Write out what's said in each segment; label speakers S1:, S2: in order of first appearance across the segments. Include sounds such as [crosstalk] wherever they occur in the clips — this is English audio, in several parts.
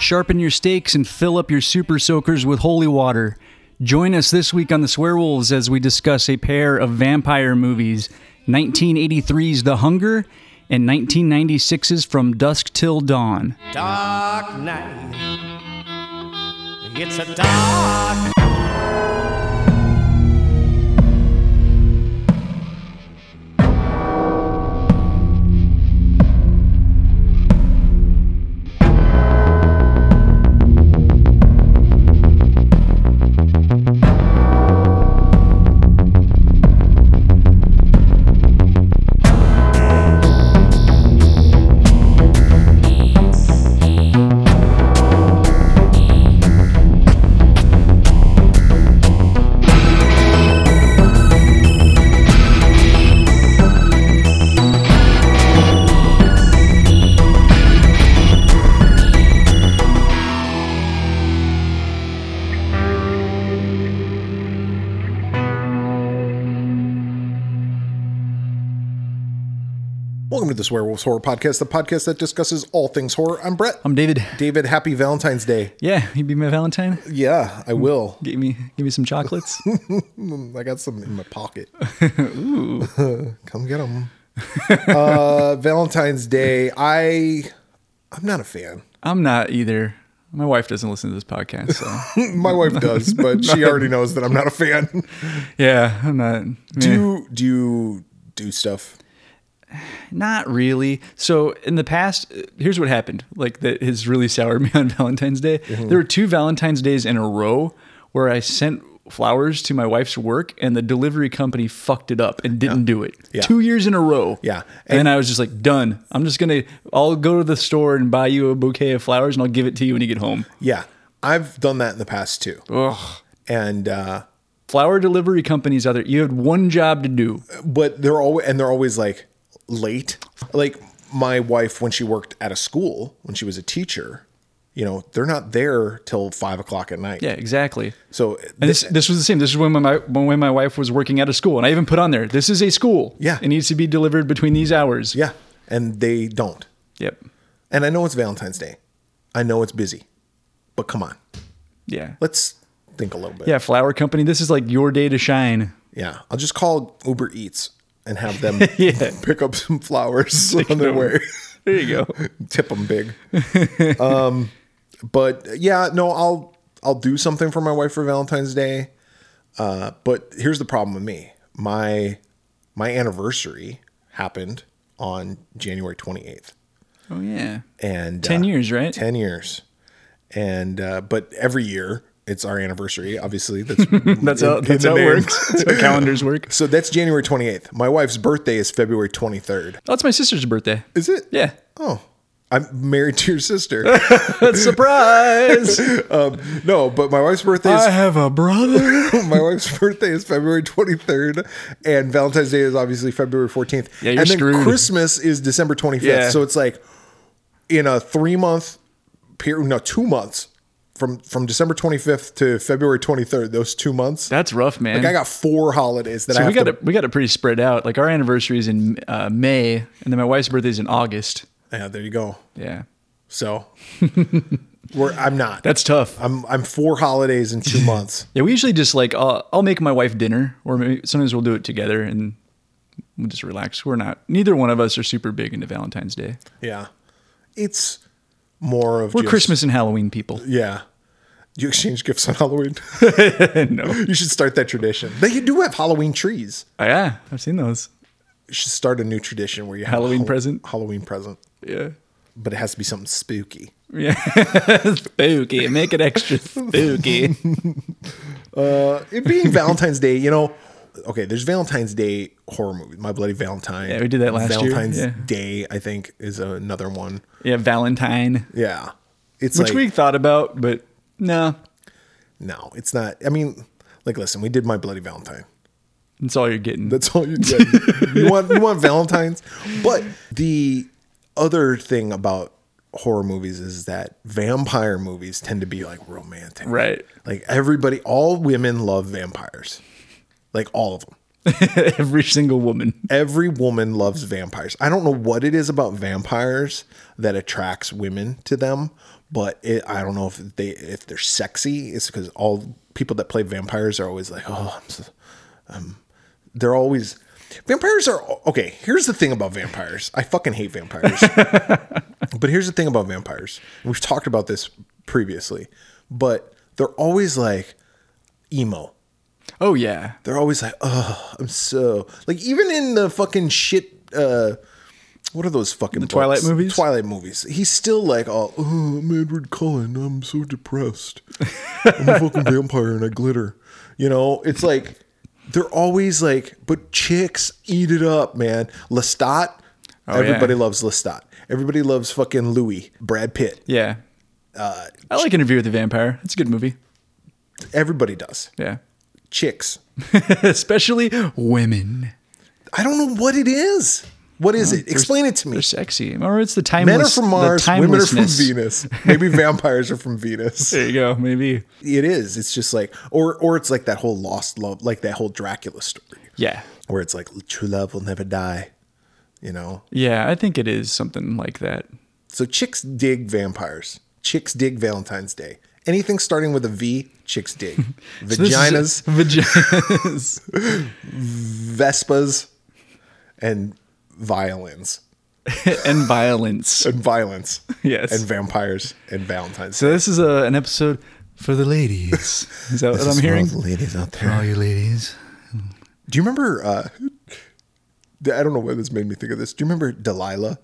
S1: Sharpen your stakes and fill up your super soakers with holy water. Join us this week on The Swearwolves as we discuss a pair of vampire movies 1983's The Hunger and 1996's From Dusk Till Dawn.
S2: Dark night. It's a dark.
S3: Welcome to the Werewolves Horror Podcast, the podcast that discusses all things horror. I'm Brett.
S1: I'm David.
S3: David, happy Valentine's Day.
S1: Yeah, you be my Valentine.
S3: Yeah, I will.
S1: Give me, give me some chocolates.
S3: I got some in my [laughs] pocket. Come get them. uh, Valentine's Day. I I'm not a fan.
S1: [laughs] I'm not either. My wife doesn't listen to this podcast, [laughs] so
S3: My [laughs] wife does, but she already knows that I'm not a [laughs] fan.
S1: yeah, I'm not.
S3: Do you do you do stuff?
S1: Not really. So in the past, uh, here's what happened. Like that has really soured me [laughs] on Valentine's Day.
S3: Mm-hmm.
S1: There were two Valentine's days in a row where I sent flowers to my wife's work, and the delivery company fucked it up and didn't do it.
S3: Yeah.
S1: Two years in a row.
S3: Yeah.
S1: And, then I was just like, done. I'm just gonna. I'll go to the store and buy you a bouquet of flowers, and I'll give it to you when you get home.
S3: Yeah. I've done that in the past too.
S1: Ugh.
S3: And uh
S1: Flower delivery companies out there. You had one job to do.
S3: but they're always and they're always like late. Like my wife when she worked at a school when she was a teacher, you know, they're not there till five o'clock at night.
S1: Yeah, exactly.
S3: So
S1: And this this was the same. This is when my when my wife was working at a school, and I even put on there, "This is a school.
S3: Yeah.
S1: it needs to be delivered between these hours."
S3: yeah, and they don't.
S1: Yep.
S3: And I know it's Valentine's Day. I know it's busy, but come on,
S1: Yeah.
S3: let's think a little bit.
S1: yeah. Flower company. This is like your day to shine.
S3: yeah. I'll just call Uber Eats and have them
S1: [laughs] Yeah.
S3: pick up some flowers on their way.
S1: There you go.
S3: Tip them big. [laughs] um, but yeah, no, I'll I'll do something for my wife for Valentine's Day. Uh, but here's the problem with me. My my anniversary happened on January 28th.
S1: [laughs] Oh yeah.
S3: and
S1: 10 years, right?
S3: 10 years and uh, but every year it's our anniversary obviously that's that's
S1: [laughs] That's how that's how it works. That's how calendars work.
S3: [laughs] so that's january 28th my wife's birthday is february 23rd
S1: Oh, it's my sister's birthday.
S3: is it
S1: Yeah.
S3: oh i'm married to your
S1: [laughs]
S3: sister
S1: That's surprise.
S3: Um, no but my wife's birthday
S1: I
S3: is
S1: have a brother.
S3: [laughs] my wife's birthday is february 23rd and valentine's day is obviously february 14th
S1: Yeah, you're
S3: and then
S1: screwed.
S3: christmas is december 25th
S1: Yeah.
S3: so it's like in a three month period no two months from from december 25th to february 23rd those two months
S1: That's rough, man.
S3: Like I got four holidays that I
S1: so
S3: have
S1: we got
S3: to,
S1: it. We got it pretty spread out. Like our anniversary is in uh, May, and then my wife's birthday is in August.
S3: Yeah, there you go.
S1: Yeah. [laughs]
S3: So we're, I'm not.
S1: That's tough.
S3: I'm I'm four holidays
S1: [laughs]
S3: in two months.
S1: Yeah, we usually just like uh, I'll make my wife dinner, or maybe sometimes we'll do it together and we'll just relax. We're not neither one of us are super big into Valentine's Day.
S3: Yeah, it's more of
S1: We're
S3: just-
S1: Christmas and Halloween people. [laughs]
S3: Yeah, you exchange gifts on Halloween. [laughs]
S1: no,
S3: you should start that tradition. They you do have Halloween trees.
S1: Oh, yeah, I've seen those.
S3: You should start a new tradition where you have a
S1: Halloween
S3: Hall-
S1: present?
S3: Halloween present,
S1: Yeah,
S3: but it has to be something spooky.
S1: [laughs] spooky. Make it extra spooky.
S3: It being Valentine's Day, you know. Okay, there's Valentine's Day horror movies. My Bloody Valentine.
S1: Yeah, we did that last year,
S3: Valentine's
S1: yeah.
S3: Day, I think, is another one.
S1: yeah, Valentine,
S3: Yeah, it's
S1: which
S3: like,
S1: we thought about, but no,
S3: No, it's not. I mean, like, listen, we did my bloody Valentine.
S1: that's all you're getting.
S3: That's all you did. you want you want Valentines, but the other thing about horror movies is that vampire movies tend to be like romantic,
S1: Right.
S3: Like everybody, all women love vampires, like all of them.
S1: [laughs] Every single woman.
S3: Every woman loves vampires. I don't know what it is about vampires that attracts women to them, But it, I don't know if they if they're sexy. It's because all people that play vampires are always like, oh, I'm so, um, they're always vampires are okay. Here's the thing about vampires. I fucking hate vampires. But here's the thing about vampires. We've talked about this previously, but they're always like emo.
S1: Oh yeah.
S3: They're always like, oh, I'm so like even in the fucking shit. Uh, what are those fucking the
S1: Twilight movies?
S3: Twilight movies. He's still like, all, oh, I'm Edward Cullen. I'm so depressed. I'm a
S1: [laughs]
S3: fucking vampire and I glitter. You know, it's like they're always like, but chicks eat it up, man. Lestat.
S1: Oh, yeah.
S3: everybody loves Lestat. Everybody loves fucking Louis, Brad Pitt. Uh,
S1: Yeah. I like Interview with the Vampire. It's a good movie.
S3: Everybody does.
S1: Yeah. [laughs]
S3: Chicks.
S1: Especially women.
S3: I don't know what it is. What is
S1: Uh,
S3: it? Explain it to me.
S1: They're sexy. Remember, it's the timeless.
S3: Men are from
S1: the
S3: Mars, women are from
S1: timelessness.
S3: Venus. Maybe vampires are
S1: [laughs]
S3: from Venus.
S1: There you go. Maybe.
S3: It is. It's just like, or or it's like that whole lost love, like that whole Dracula story,
S1: Yeah.
S3: where it's like true love will never die. You know.
S1: Yeah, I think it is something like that.
S3: So chicks dig vampires. Chicks dig Valentine's Day. Anything starting with a V,
S1: [laughs]
S3: chicks dig.
S1: This is-
S3: Vaginas,
S1: Vaginas.
S3: Vespas, and violins.
S1: [laughs] and violence.
S3: And violence.
S1: [laughs] Yes.
S3: And vampires and Valentine's.
S1: So this is a, an episode for the ladies. Is that what I'm hearing?
S3: ladies out there.
S1: For all you ladies.
S3: Do you remember? Uh, I don't know why this made me think of this. Do you remember Delilah?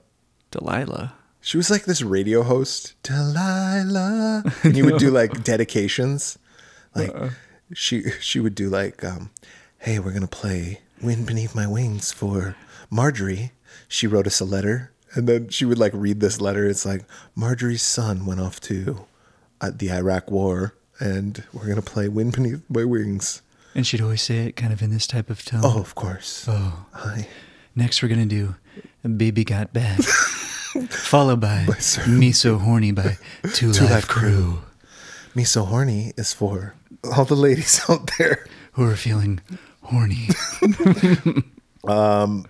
S1: Delilah.
S3: She was like this radio host, [laughs] Delilah, and you would do like dedications. Like she she would do like, um, "Hey, we're gonna play Wind Beneath My Wings for Marjorie. She wrote us a letter." And then she would like read this letter. It's like Marjorie's son went off to uh, the Iraq War, and we're gonna play Wind Beneath My Wings.
S1: And she'd always say it kind of in this type of tone.
S3: Oh, of course. Oh, hi.
S1: Next, we're going to do Baby Got
S3: [laughs]
S1: Back, followed by Me So Horny
S3: [laughs]
S1: by Two, Live,
S3: Live Crew.
S1: Crew,
S3: Me so horny is for all the ladies [laughs] out there.
S1: who are feeling horny.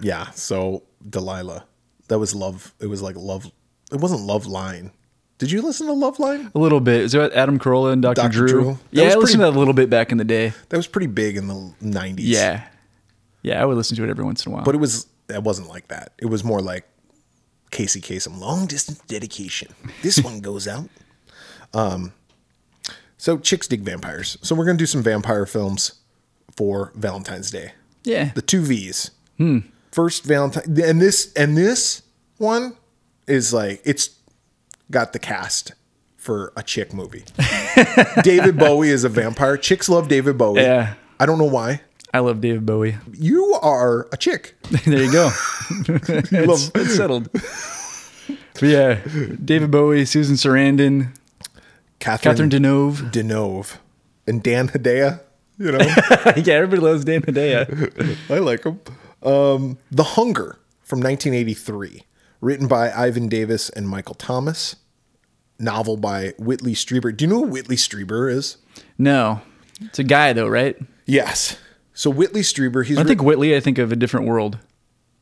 S3: Yeah. So Delilah, that was love. It was like love. It wasn't love line. Did you listen to Love Line?
S1: a little bit. Is that Adam Carolla and Dr.
S3: Dr.
S1: Drew?
S3: Drew. That
S1: Yeah,
S3: was
S1: I listened
S3: pretty-
S1: to that a little bit back in the day.
S3: That was pretty big in the '90s.
S1: Yeah. Yeah, I would listen to it every once in a while.
S3: but it was. It wasn't like that. It was more like Casey Kasem, long distance dedication. This one goes out. Um. So chicks dig vampires. So we're gonna do some vampire films for Valentine's Day.
S1: yeah.
S3: The two V's.
S1: Hmm.
S3: First Valentine, and this and this one is like it's got the cast for a
S1: [laughs]
S3: chick movie. David Bowie is a vampire. Chicks love David Bowie.
S1: Yeah.
S3: I don't know why.
S1: I love David Bowie. [laughs]
S3: You are a chick.
S1: there
S3: [laughs]
S1: you go. it's, it's settled. But yeah, David Bowie, Susan
S3: [laughs]
S1: Sarandon, Catherine
S3: Catherine,
S1: Deneuve.
S3: Deneuve and Dan Hedaya. You know,
S1: yeah, everybody loves Dan Hedaya.
S3: I like him. Um, the Hunger from 1983, written by Ivan Davis and Michael Thomas. Novel by Whitley Strieber. Do you know who Whitley Strieber is?
S1: No, it's a guy though, right?
S3: Yes. So Whitley Strieber, he's
S1: When I
S3: writ-
S1: think Whitley, I think of a different world.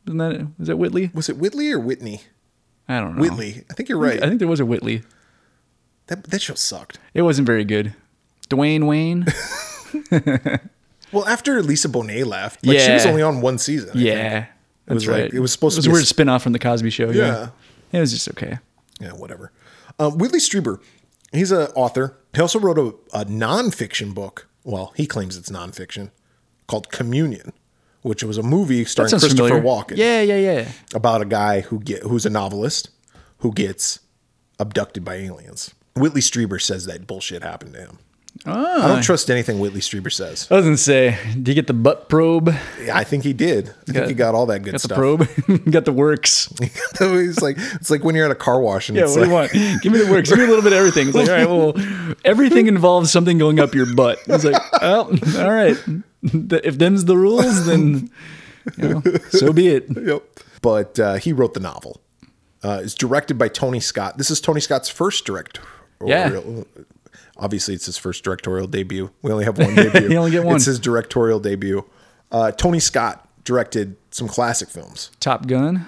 S1: Isn't that was that Whitley?
S3: was it Whitley or Whitney?
S1: I don't know.
S3: Whitley. I think you're right.
S1: Oh. I think there was a Whitley.
S3: that that show sucked.
S1: It wasn't very good. Dwayne Wayne.
S3: Well, after Lisa Bonet left, like she was
S1: Yeah.
S3: only on one season. I think.
S1: yeah,
S3: It was
S1: that's
S3: like-
S1: right.
S3: it was supposed
S1: It
S3: to
S1: was
S3: be a
S1: a weird
S3: s-
S1: spin off from the Cosby Show. Yeah.
S3: Yeah.
S1: it was just okay.
S3: Yeah, whatever. Um, Whitley Strieber, he's an author. He also wrote a, a nonfiction book. Well, he claims it's nonfiction called Communion, which was a movie
S1: That
S3: starring
S1: sounds
S3: Christopher
S1: familiar.
S3: Walken
S1: Yeah, yeah, yeah.
S3: about a guy who get who's a novelist who gets abducted by aliens. Whitley Strieber says that bullshit happened to him. I
S1: Ah.
S3: don't trust anything Whitley Strieber says.
S1: I was gonna say, do you get the butt probe?
S3: Yeah, I think he did. I think
S1: got-
S3: he got all that good
S1: Got the
S3: stuff. [laughs]
S1: probe. [laughs] got the works.
S3: it's like it's like when you're at a car wash and
S1: Yeah,
S3: it's
S1: what
S3: like,
S1: do you want? Give me the works. Give me a little bit of everything. It's like, all right, well, everything involves something going up your butt. It's like, well, all right. Th- If them's the rules, then you know, so be it.
S3: yep. But uh, he wrote the novel. Uh, it's directed by Tony Scott. This is Tony Scott's first directorial.
S1: Yeah.
S3: Obviously, it's his first directorial debut.
S1: [laughs]
S3: We only have one debut.
S1: You only get one.
S3: It's his directorial debut. Uh, Tony Scott directed some classic films:
S1: Top Gun.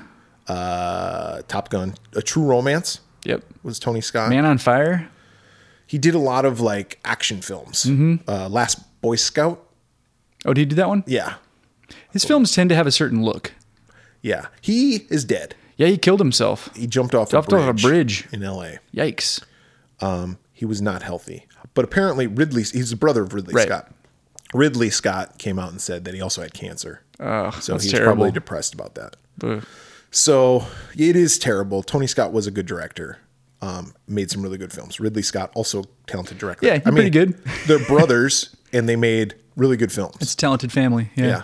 S3: uh, Top Gun, A True Romance,
S1: Yep.
S3: was Tony Scott.
S1: Man on Fire.
S3: He did a lot of like action films.
S1: Mm-hmm.
S3: Uh, Last Boy Scout.
S1: Oh, did he do that one?
S3: Yeah.
S1: His films tend to have a certain look.
S3: Yeah. He is dead.
S1: Yeah, he killed himself.
S3: He jumped off
S1: Jumped
S3: a
S1: off a
S3: bridge
S1: bridge.
S3: in L.A.
S1: Yikes.
S3: He was not healthy. But apparently Ridley he's the brother of Ridley
S1: Right.
S3: Scott. Ridley Scott came out and said that he also had cancer. Oh, so
S1: that's
S3: he's
S1: terrible.
S3: probably depressed about that.
S1: Ugh.
S3: So it is terrible. Tony Scott was a good director. Um, made some really good films. Ridley Scott also talented director.
S1: Yeah, he's pretty good.
S3: they're brothers, and they made really good films.
S1: It's a talented family. Yeah.
S3: yeah.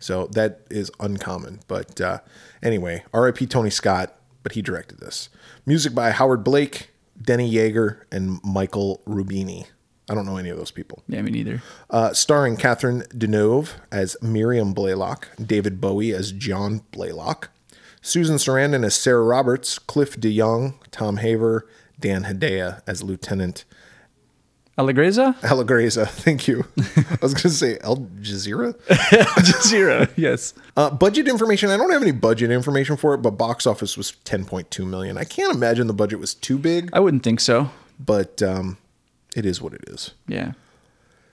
S3: So that is uncommon. But uh, anyway, R.I.P. Tony Scott, but he directed this. Music by Howard Blake, Denny Yeager, and Michael Rubini. I don't know any of those people.
S1: Yeah, me neither.
S3: Uh, starring Catherine Deneuve as Miriam Blaylock, David Bowie as John Blaylock, Susan Sarandon as Sarah Roberts, Cliff DeYoung, Tom Haver, Dan Hedaya as Lieutenant [laughs]
S1: Allegreza? [laughs]
S3: Allegreza. Thank you. [laughs] I was going to say Al Jazeera.
S1: Zero. Yes.
S3: Uh, budget information. I don't have any budget information for it, but box office was 10.2 million. I can't imagine the budget was too big,
S1: I wouldn't think so.
S3: but um, it is what it is.
S1: Yeah.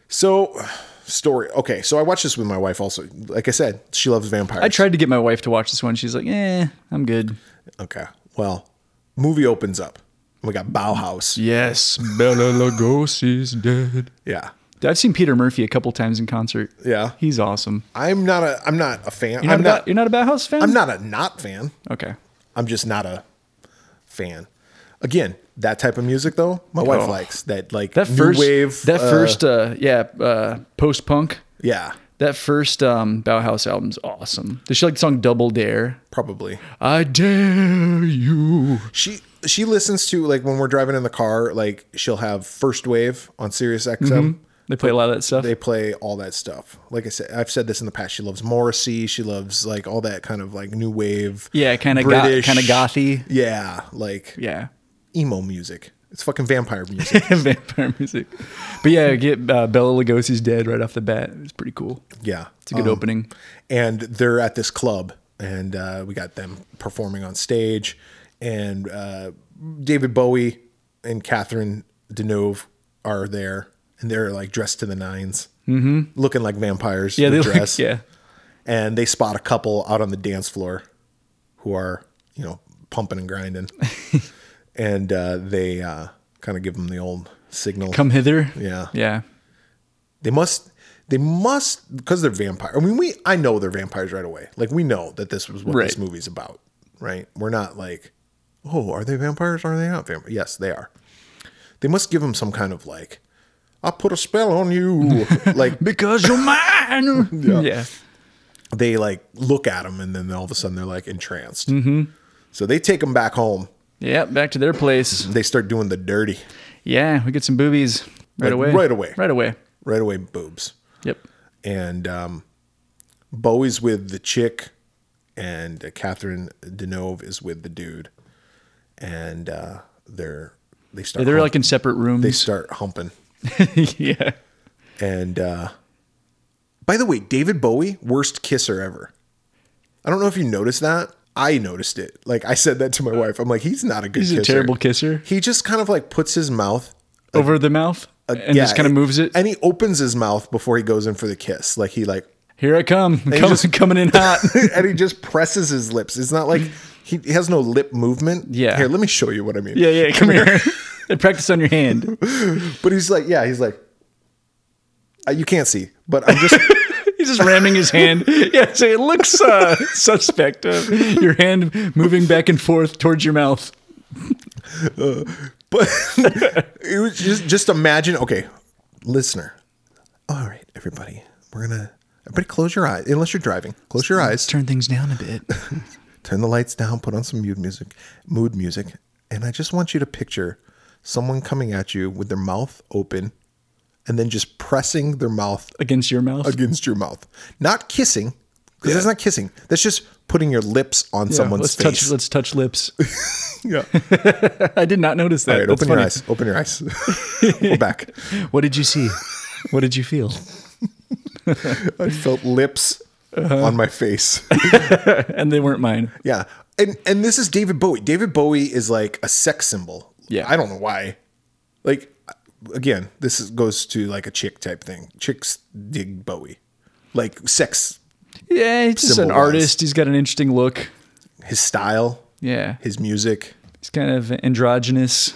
S3: So, story. Okay, so I watched this with my wife. Also, like I said, she loves vampires.
S1: I tried to get my wife to watch this one. She's like, eh, I'm good.
S3: Okay. Well, movie opens up. We got Bauhaus.
S1: Yes. Bella Lugosi's dead.
S3: Yeah.
S1: I've seen Peter Murphy a couple times in concert.
S3: Yeah.
S1: He's awesome.
S3: I'm not a. I'm not a
S1: You're
S3: fan.
S1: not,
S3: I'm
S1: a
S3: not.
S1: Ba- you're not a Bauhaus fan?
S3: I'm not a not fan.
S1: Okay.
S3: I'm just not a fan. Again, that type of music though, my wife
S1: Oh.
S3: likes that like
S1: That
S3: new
S1: first
S3: wave.
S1: That
S3: uh,
S1: first uh yeah, uh post punk.
S3: Yeah.
S1: That first um Bauhaus album's awesome. Does she like the song Double Dare?
S3: Probably.
S1: I dare you.
S3: She she listens to like when we're driving in the car, like she'll have first wave on Sirius XM.
S1: They play a lot of that stuff.
S3: They play all that stuff. Like I said, I've said this in the past. She loves Morrissey. She loves like all that kind of like new wave.
S1: yeah, kind of go-
S3: British-
S1: kind of gothy.
S3: Yeah, like
S1: Yeah.
S3: emo music. It's fucking vampire
S1: [laughs]
S3: music.
S1: Vampire music. But yeah, get uh, Bella Lugosi's dead right off the bat. It's pretty cool.
S3: yeah,
S1: It's a good opening.
S3: and they're at this club and uh, we got them performing on stage and uh, david bowie and catherine deneuve are there and they're like dressed to the 9s mm-hmm. looking like vampires
S1: Yeah, they
S3: with
S1: look-
S3: dress
S1: [laughs] yeah.
S3: and they spot a couple out on the dance floor who are you know pumping
S1: [laughs]
S3: and grinding and uh, they uh, kind of give them the old signal
S1: Come hither.
S3: Yeah.
S1: Yeah.
S3: they must they must because they're vampire. I mean, we I know they're vampires right away. Like we know that this was what
S1: Right.
S3: this movie's about, right? We're not like, oh, are they vampires? Are they not vampires? Yes, they are. They must give them some kind of like, I put a spell on you. like
S1: Because you're mine.
S3: [laughs]
S1: yeah.
S3: they like look at them and then all of a sudden they're like entranced. So they take them back home.
S1: Yeah, back to their place.
S3: They start doing the dirty
S1: Yeah, we get some boobies right
S3: Like,
S1: away.
S3: right away.
S1: Right away.
S3: right away, boobs.
S1: Yep.
S3: and um, Bowie's with the chick, and uh, Catherine Deneuve is with the dude, and uh, they're they start
S1: They're
S3: hump-
S1: like in separate rooms. [laughs]
S3: they start humping,
S1: yeah.
S3: and uh, by the way, David Bowie worst kisser ever. I don't know if you noticed that. I noticed it. Like I said that to my wife. I'm like, he's not a good.
S1: He's a
S3: kisser.
S1: terrible kisser.
S3: He just kind of like puts his mouth uh,
S1: Over the mouth and
S3: yeah,
S1: just kind of moves it.
S3: and he opens his mouth before he goes in for the kiss. Like he like
S1: Here I come. [laughs] Coming,
S3: just-
S1: coming in hot.
S3: [laughs] and he just presses his lips. It's not like he, he has no lip movement.
S1: Yeah.
S3: Here, let me show you what I mean.
S1: yeah, yeah. Come here. [laughs] and practice on your hand.
S3: But he's like, yeah, he's like, uh, you can't see, but I'm just,
S1: [laughs]
S3: [laughs]
S1: He's just ramming his hand. [laughs] Yeah, so it looks [laughs] uh, suspect. Of your hand moving back and forth towards your mouth.
S3: but [laughs] it was just, just imagine. Okay, listener. All right, everybody, we're gonna. Everybody, close your eyes. Unless you're driving, close your eyes.
S1: Turn things down a bit.
S3: turn the lights down, put on some mood music, mood music, and I just want you to picture someone coming at you with their mouth open, and then just pressing their mouth
S1: Against your mouth.
S3: against your mouth, not kissing, because that's not kissing. That's just putting your lips on
S1: Yeah,
S3: someone's
S1: let's
S3: face.
S1: touch. Let's touch [laughs] lips.
S3: yeah.
S1: [laughs] I did not notice that.
S3: All right,
S1: That's
S3: open your
S1: funny.
S3: eyes. Open your eyes.
S1: [laughs]
S3: Go back.
S1: What did you [laughs] see? What did you feel?
S3: I felt lips on my face.
S1: Uh-huh. And they weren't mine.
S3: [laughs] yeah. and and this is David Bowie. David Bowie is like a sex symbol.
S1: Yeah.
S3: I don't know why. Like again, this is, goes to like a chick type thing. Chicks dig Bowie. Like sex,
S1: Yeah, he's just an
S3: Symbol-wise.
S1: artist. He's got an interesting look.
S3: his style,
S1: Yeah,
S3: his music.
S1: he's kind of androgynous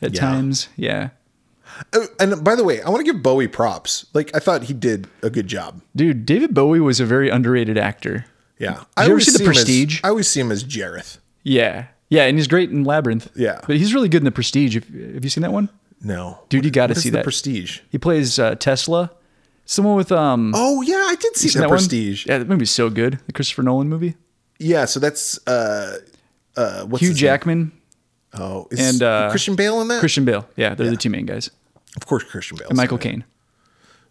S1: at
S3: Yeah.
S1: times. Yeah,
S3: Uh, And by the way, I want to give Bowie props. Like I thought he did a good job.
S1: dude, David Bowie was a very underrated actor.
S3: Yeah. Did
S1: you ever see The Prestige?
S3: I always see him as Jareth.
S1: Yeah, yeah, and he's great in Labyrinth.
S3: Yeah.
S1: but he's really good in The Prestige. Have, have you seen that one?
S3: No.
S1: Dude, you gotta
S3: What is
S1: see
S3: The
S1: that.
S3: Prestige.
S1: He plays uh, Tesla, someone with um.
S3: Oh yeah, I did see
S1: seen
S3: The
S1: one?
S3: Prestige.
S1: Yeah, that movie's so good. The Christopher Nolan movie.
S3: Yeah, so that's uh uh what's
S1: Hugh
S3: his name?
S1: Jackman,
S3: Oh, is
S1: and, uh,
S3: Christian Bale in that?
S1: Christian Bale. Yeah, they're the two main guys.
S3: Of course, Christian Bale.
S1: And Michael Caine.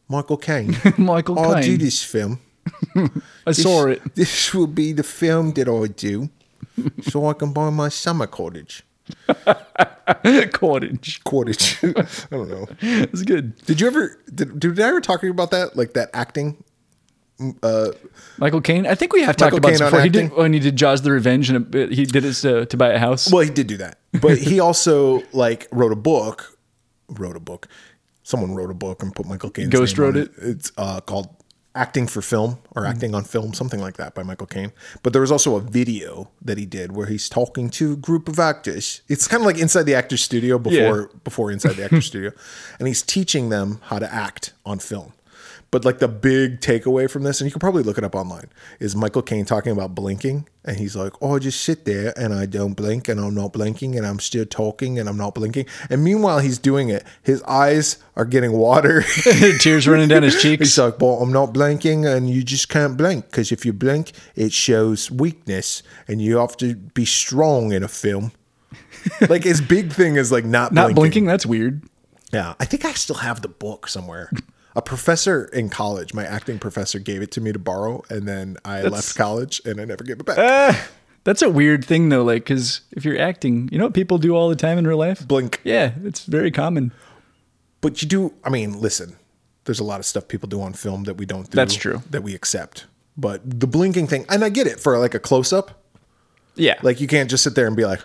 S3: Michael Caine.
S1: [laughs] Michael
S3: I'll do
S1: Caine.
S3: this film.
S1: I saw it. [laughs]
S3: This will be the film that I do, so I can buy my summer cottage.
S1: Cottage.
S3: Cottage. [laughs] I don't know.
S1: It's good.
S3: Did you ever? Did, did I ever talk to you about that? Like that acting? Mm, uh,
S1: Michael Caine. I think we have talked
S3: Michael
S1: about this
S3: Caine on
S1: before. He did
S3: acting?
S1: when he did Jaws: The Revenge, and it- he did it to, to buy a house.
S3: Well, he did do that, but [laughs] he also like wrote a book. Wrote a book. Someone wrote a book and put Michael Caine.
S1: Ghost wrote it?
S3: It's uh, called "Acting for Film" or "Acting on Film," something like that by Michael Caine. But there was also a video that he did where he's talking to a group of actors. It's kind of like inside the actor's studio before before inside the actor's studio, and he's teaching them how to act on film. But like the big takeaway from this, and you can probably look it up online, is Michael Caine talking about blinking, and he's like, "Oh, I just sit there and I don't blink, and I'm not blinking, and I'm still talking, and I'm not blinking." And meanwhile, he's doing it. His eyes are getting water.
S1: [laughs]
S3: [laughs]
S1: Tears running down his
S3: He's
S1: cheeks.
S3: like, well, I'm not blinking, and you just can't blink because if you blink, it shows weakness, and you have to be strong in a
S1: [laughs]
S3: film. like his big thing is like not
S1: Not
S3: blinking.
S1: blinking. That's weird.
S3: Yeah, I think I still have the book somewhere. A professor in college, my acting professor, gave it to me to borrow, and then I left college and I never gave it back.
S1: Eh. That's a weird thing though. Like, because if you're acting, you know what people do all the time in real life?
S3: Blink.
S1: Yeah, it's very common.
S3: But you do. I mean, listen. There's a lot of stuff people do on film that we don't do.
S1: That's true.
S3: That we accept. But the blinking thing, and I get it for like a close up.
S1: Yeah,
S3: [laughs] Like you can't just sit there and be like,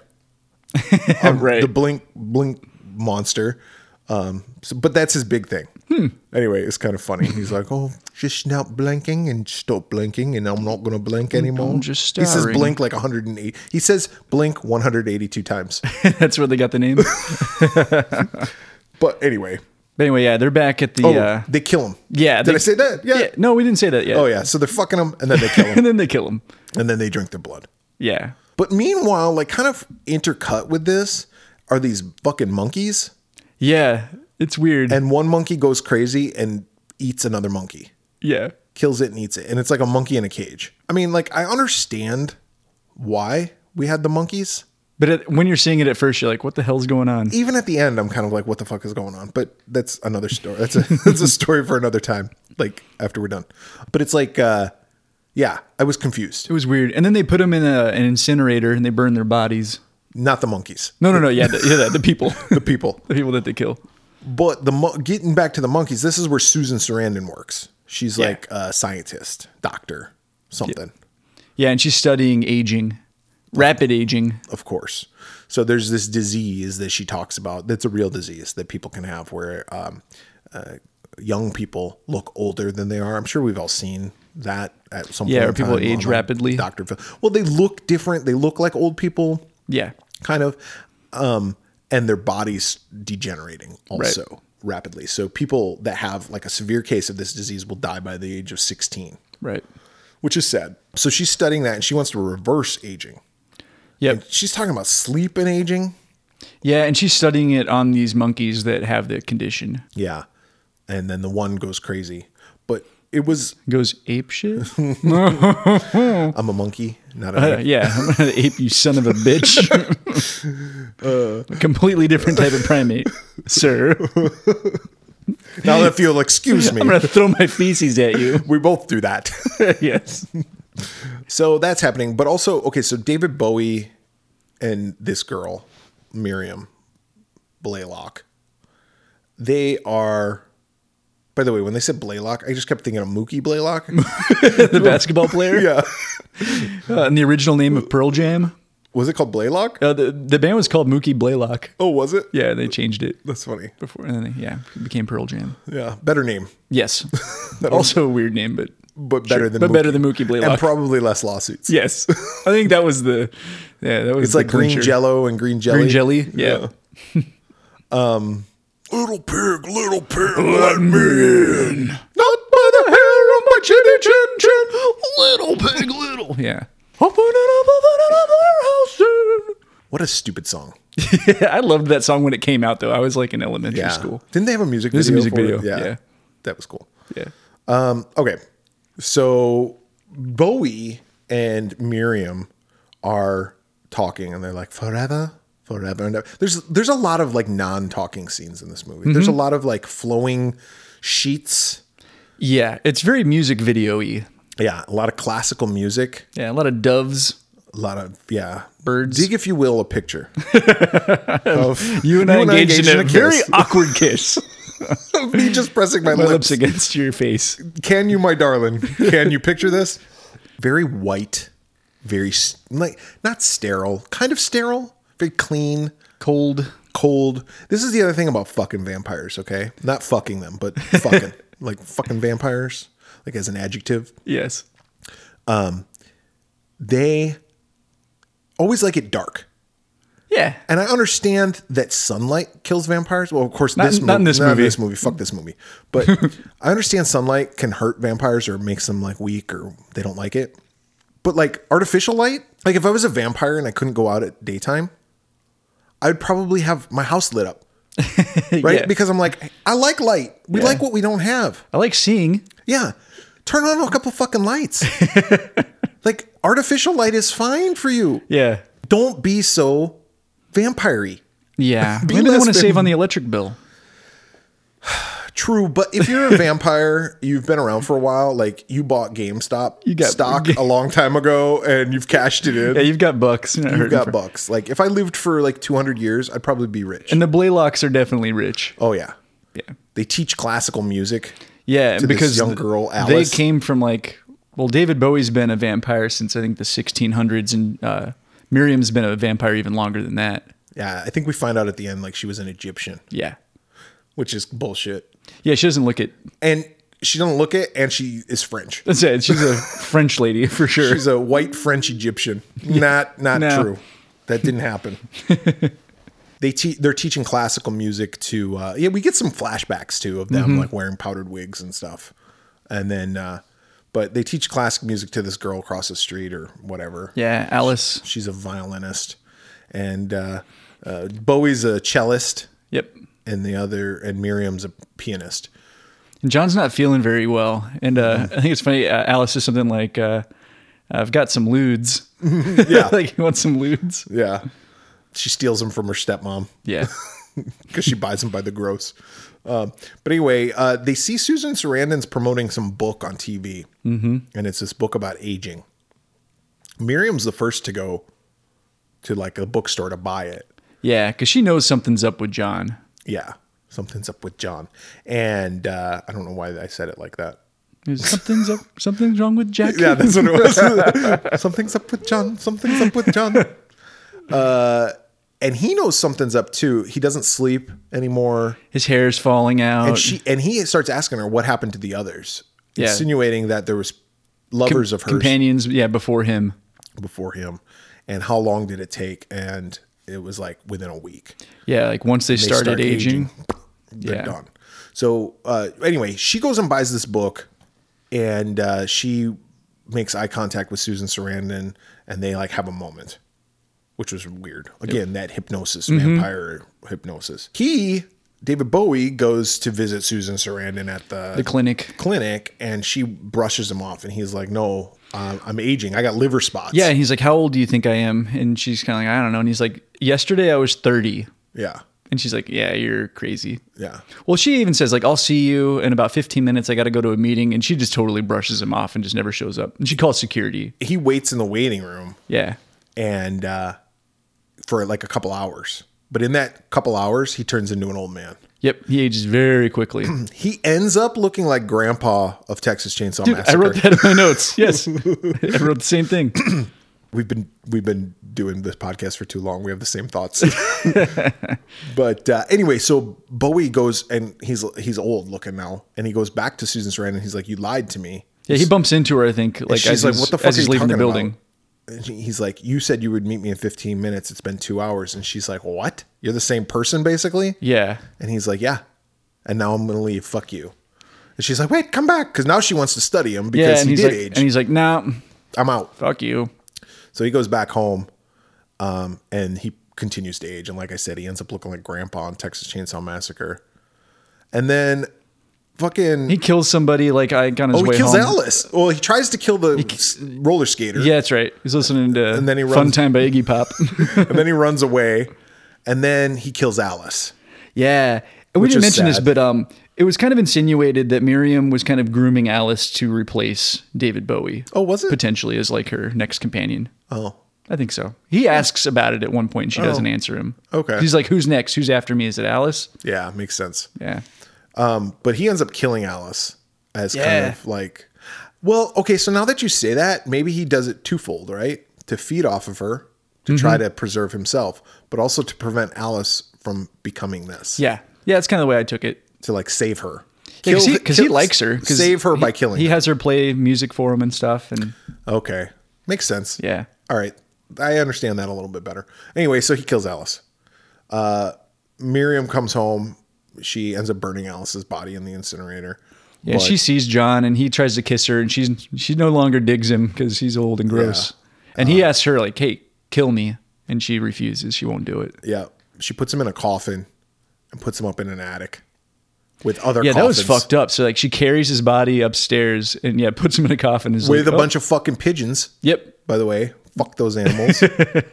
S3: I'm
S1: Right.
S3: the blink blink monster. Um, so- but that's his big thing.
S1: Hmm.
S3: Anyway, it's kind of funny. He's like, "Oh, just stop blinking and stop blinking, and I'm not gonna blink anymore."
S1: just
S3: he says
S1: staring.
S3: blink like 108. He says blink 182 times.
S1: [laughs] that's where they got the name.
S3: But anyway,
S1: But anyway, yeah, they're back at the.
S3: oh,
S1: uh,
S3: they kill him.
S1: yeah,
S3: did I say that? Yeah.
S1: No, we didn't say that yet.
S3: Oh yeah. So they're fucking him, and then they kill
S1: [laughs]
S3: him,
S1: and then they kill him.
S3: and then they drink their blood.
S1: Yeah.
S3: But meanwhile, like kind of intercut with this are these fucking monkeys.
S1: Yeah, it's weird.
S3: and one monkey goes crazy and eats another monkey
S1: yeah.
S3: kills it and eats it and it's like a monkey in a cage i mean like i understand why we had the monkeys
S1: But it, when you're seeing it at first, you're like, "What the hell's going on?"
S3: even at the end i'm kind of like what the fuck is going on but that's another story that's a [laughs] that's a story for another time like after we're done but it's like uh yeah i was confused
S1: It was weird. And then they put them in a, an incinerator and they burn their bodies.
S3: not the monkeys
S1: No, no, no. Yeah, the, yeah, the, the people, [laughs]
S3: the people
S1: the people that they kill.
S3: But the mo- getting back to the monkeys, this is where Susan Sarandon works. She's like a scientist, doctor, something.
S1: Yeah, and she's studying aging, rapid aging.
S3: of course. So there's this disease that she talks about that's a real disease that people can have where um, uh, young people look older than they are. I'm sure we've all seen that at some
S1: Yeah,
S3: point.
S1: or
S3: in
S1: people
S3: time
S1: age
S3: on, like,
S1: rapidly.
S3: Dr. Phil. Well, they look different. They look like old people,
S1: Yeah,
S3: kind of, um, and their bodies degenerating also rapidly. So people that have like a severe case of this disease will die by the age of 16,
S1: right.
S3: which is sad. So she's studying that and she wants to reverse aging.
S1: Yep.
S3: She's talking about sleep and aging.
S1: Yeah, and she's studying it on these monkeys that have the condition.
S3: Yeah. And then the one goes crazy. But it was
S1: Goes ape
S3: [laughs]
S1: shit.
S3: I'm a monkey, not
S1: Uh,
S3: a
S1: yeah, [laughs] I'm gonna ape you, son of a
S3: [laughs]
S1: bitch. [laughs] A completely different type of primate, sir.
S3: now that feel excuse
S1: [laughs]
S3: me.
S1: I'm gonna throw my feces at you. [laughs]
S3: We both do that. [laughs]
S1: yes. [laughs]
S3: so that's happening. But also, okay, so David Bowie and this girl, Miriam Blaylock, they are by the way, when they said Blaylock, I just kept thinking of
S1: [laughs]
S3: Mookie Blaylock.
S1: the basketball player.
S3: yeah.
S1: Uh, and the original name of Pearl Jam.
S3: Was it called Blaylock?
S1: Uh, the the band was called Mookie Blaylock.
S3: Oh, was it?
S1: Yeah, they changed it
S3: That's funny.
S1: before, and then they, yeah, it became Pearl Jam.
S3: Yeah, better name, [laughs]
S1: Yes, also a weird name, but
S3: but better than
S1: but better than Mookie Blaylock.
S3: and probably less lawsuits.
S1: yes, I think that was the yeah that was
S3: it's like green Jello and green jelly.
S1: green jelly. Yeah.
S3: Little pig, little pig, let me in. Not by the hair of my chinny chin chin. Little pig, little.
S1: yeah. Open it up,
S3: [laughs] What a stupid song.
S1: open it up, warehouse. [laughs] I loved that song when it came out though. I was like in elementary school.
S3: Didn't they have a music
S1: There's a
S3: video?
S1: music
S3: for it?
S1: video, yeah.
S3: That was cool.
S1: Yeah.
S3: Um, okay. So Bowie and Miriam are talking and they're like forever, forever and ever. There's there's a lot of like non-talking scenes in this movie. There's a lot of like flowing sheets.
S1: Yeah, it's very music video-y.
S3: Yeah, a lot of classical music,
S1: Yeah, a lot of doves.
S3: a lot of yeah,
S1: Birds.
S3: Dig if you will a picture
S1: [laughs]
S3: of
S1: You and I engaged, in a, very [laughs]
S3: kiss.
S1: awkward kiss.
S3: of [laughs] me just pressing my,
S1: My lips
S3: lips.
S1: against your face.
S3: Can you, my darling? Can you picture this? Very white, very s- like not sterile, kind of sterile, very clean,
S1: Cold.
S3: cold. This is the other thing about fucking vampires. Okay, not fucking them, but
S1: [laughs]
S3: fucking like fucking vampires, like as an adjective.
S1: Yes.
S3: They always like it dark.
S1: [laughs] Yeah.
S3: And I understand that sunlight kills vampires. Well, of course,
S1: Not-
S3: this
S1: not in this movie.
S3: this movie. Fuck this movie. But
S1: [laughs]
S3: I understand sunlight can hurt vampires or makes them like weak or they don't like it. But like artificial light, like if I was a vampire and I couldn't go out at daytime, I'd probably have my house lit up, right?
S1: Yeah.
S3: Because I'm like, I like light. We
S1: Yeah.
S3: like what we don't have.
S1: I like seeing.
S3: Yeah. Turn on a couple
S1: [laughs]
S3: fucking lights. like artificial light is fine for you.
S1: Yeah.
S3: Don't be so vampire
S1: [laughs] Yeah.
S3: Be
S1: Maybe they
S3: less
S1: want to
S3: than-
S1: save on the electric bill.
S3: True, but
S1: [laughs]
S3: if you're a vampire, you've been around for a while. Like you bought GameStop
S1: You got- [laughs]
S3: stock a long time ago, and you've cashed it in.
S1: Yeah, you've got bucks. You're not
S3: you've
S1: hurting
S3: got
S1: for-
S3: bucks. Like if I lived for like 200 years, I'd probably be rich.
S1: And the Blaylocks are definitely rich.
S3: oh yeah,
S1: Yeah.
S3: they teach classical music.
S1: Yeah,
S3: this
S1: because
S3: young
S1: th-
S3: girl,
S1: they
S3: Alice.
S1: came from like well, David Bowie's been a vampire since I think the 1600s, and uh, Miriam's been a vampire even longer than that.
S3: Yeah, I think we find out at the end like she was an Egyptian,
S1: Yeah,
S3: which is bullshit.
S1: yeah, she doesn't look it.
S3: And she doesn't look it, and she is French.
S1: That's it. She's
S3: [laughs]
S1: a French lady for sure.
S3: She's a white French Egyptian. Not not
S1: No.
S3: true. That
S1: [laughs]
S3: didn't happen. they te- they're teaching classical music to uh, yeah. We get some flashbacks too of them
S1: Mm-hmm.
S3: like wearing powdered wigs and stuff, and then uh, but they teach classic music to this girl across the street or whatever.
S1: yeah, Alice.
S3: she's a violinist, and uh, uh, Bowie's a cellist,
S1: Yep.
S3: and the other and Miriam's a pianist.
S1: And John's not feeling very well, and uh,
S3: Mm-hmm.
S1: I think it's funny. Uh, Alice is something like, uh, "I've got some lewds."
S3: Mm-hmm. Yeah.
S1: [laughs] like you want some lewds?
S3: Yeah, she steals them from her stepmom. [laughs]
S1: Yeah.
S3: because she buys them by the gross. Um, but anyway, uh, they see Susan Sarandon's promoting some book on TV, mm-hmm. and it's this book about aging. Miriam's the first to go to like a bookstore to buy it.
S1: Yeah, because she knows something's up with John.
S3: Yeah, something's up with John, and uh, I don't know why I said it like that.
S1: Something's up. Something's wrong with Jack.
S3: Yeah, that's what it was. [laughs] something's up with John. Something's up with John. Uh, and he knows something's up too. He doesn't sleep anymore.
S1: [laughs] His hair's falling out.
S3: and she and he starts asking her what happened to the others
S1: Uh, Yeah.
S3: insinuating that there was lovers of hers
S1: companions. Yeah, before him.
S3: before him and how long did it take and it was like within a week
S1: Yeah, like once they,
S3: They
S1: started
S3: start
S1: aging.
S3: they're
S1: Yeah.
S3: done so uh, anyway she goes and buys this book and uh, she makes eye contact with susan sarandon and they like have a moment which was weird again that hypnosis
S1: Mm-hmm.
S3: vampire hypnosis he david bowie goes to visit susan sarandon at
S1: the clinic.
S3: clinic and she brushes him off and he's like no um, i'm aging i got liver spots
S1: Yeah, and he's like, "How old do you think I am?" And she's kind of like, "I don't know." And he's like, "Yesterday I was 30."
S3: yeah
S1: And she's like, "Yeah, you're crazy."
S3: yeah
S1: Well, she even says like, "I'll see you in about 15 minutes. I got to go to a meeting." And she just totally brushes him off and just never shows up. And she calls security.
S3: he waits in the waiting room
S1: Yeah.
S3: and uh, for like a couple hours but in that couple hours he turns into an old man
S1: Yep, he ages very
S3: [clears throat]
S1: quickly.
S3: he ends up looking like grandpa of texas chainsaw
S1: Dude,
S3: massacre [laughs]
S1: I wrote that in my notes. Yes. I wrote the same thing.
S3: We've been we've been doing this podcast for too long. We have the
S1: [laughs]
S3: same thoughts. but uh, anyway, so Bowie goes and he's he's old looking now, and he goes back to Susan Sarandon. and He's like, "You lied to me."
S1: Yeah, he bumps into her. I think like as
S3: She's like,
S1: he's-
S3: "What the
S1: as
S3: fuck are
S1: he's
S3: you
S1: leaving the
S3: talking
S1: building.
S3: about?" And she- he's like, "You said you would meet me in 15 minutes. It's been two hours." And she's like, "What? You're the same person, basically."
S1: Yeah,
S3: And he's like, "Yeah." And now I'm gonna leave. Fuck you. And she's like, "Wait, come back," because now she wants to study him
S1: yeah,
S3: because
S1: and
S3: he
S1: he's
S3: did
S1: like,
S3: age.
S1: and he's like, nah,
S3: I'm out.
S1: fuck you.
S3: So he goes back home, um, and he continues to age. And like I said, he ends up looking like Grandpa in Texas Chainsaw Massacre. And then, fucking,
S1: He kills somebody like I on his
S3: oh,
S1: way
S3: he kills
S1: home.
S3: Alice. Well, he tries to kill the s- roller skater.
S1: Yeah, that's right. He's listening to
S3: And then he
S1: Fun
S3: runs-
S1: Time by Iggy
S3: [laughs]
S1: Pop.
S3: and then he runs away, and then he kills Alice.
S1: yeah, and we
S3: Which
S1: didn't
S3: is
S1: mention this,
S3: sad.
S1: but um, it was kind of insinuated that Miriam was kind of grooming Alice to replace David Bowie.
S3: Oh, was it?
S1: potentially as like her next companion?
S3: Oh,
S1: I think so. He asks about it at one point, and she doesn't answer him.
S3: Okay.
S1: he's like, "Who's next? Who's after me? Is it Alice?"
S3: yeah, makes sense. Um,
S1: Yeah,
S3: But he ends up killing Alice as
S1: Yeah.
S3: kind of like, well, okay. So now that you say that, maybe he does it twofold, right? To feed off of her, to try
S1: Mm-hmm.
S3: to preserve himself, but also to prevent Alice from becoming this.
S1: yeah, yeah. That's kind of the way I took it.
S3: to like save her
S1: because
S3: Kill-
S1: he, 'cause he
S3: kill-
S1: likes her. 'cause
S3: save her
S1: he-
S3: by killing
S1: He
S3: her.
S1: has her play music for him and stuff, and
S3: okay makes sense
S1: yeah,
S3: all right i understand that a little bit better anyway so he kills alice uh miriam comes home she ends up burning alice's body in the incinerator
S1: yeah.
S3: But-
S1: she sees John, and he tries to kiss her, and she's she no longer digs him because he's old and gross. And he
S3: Uh-huh.
S1: asks her like, "Hey, kill me," and she refuses. She won't do it.
S3: yeah she puts him in a coffin and puts him up in an attic with other
S1: Yeah,
S3: coffins
S1: that was fucked up. So like, she carries his body upstairs, and yeah, puts him in a coffin. Is
S3: with
S1: like,
S3: a
S1: "Oh,
S3: bunch of fucking pigeons
S1: Yep.
S3: by the way fuck
S1: [laughs]
S3: those animals
S1: Yeah,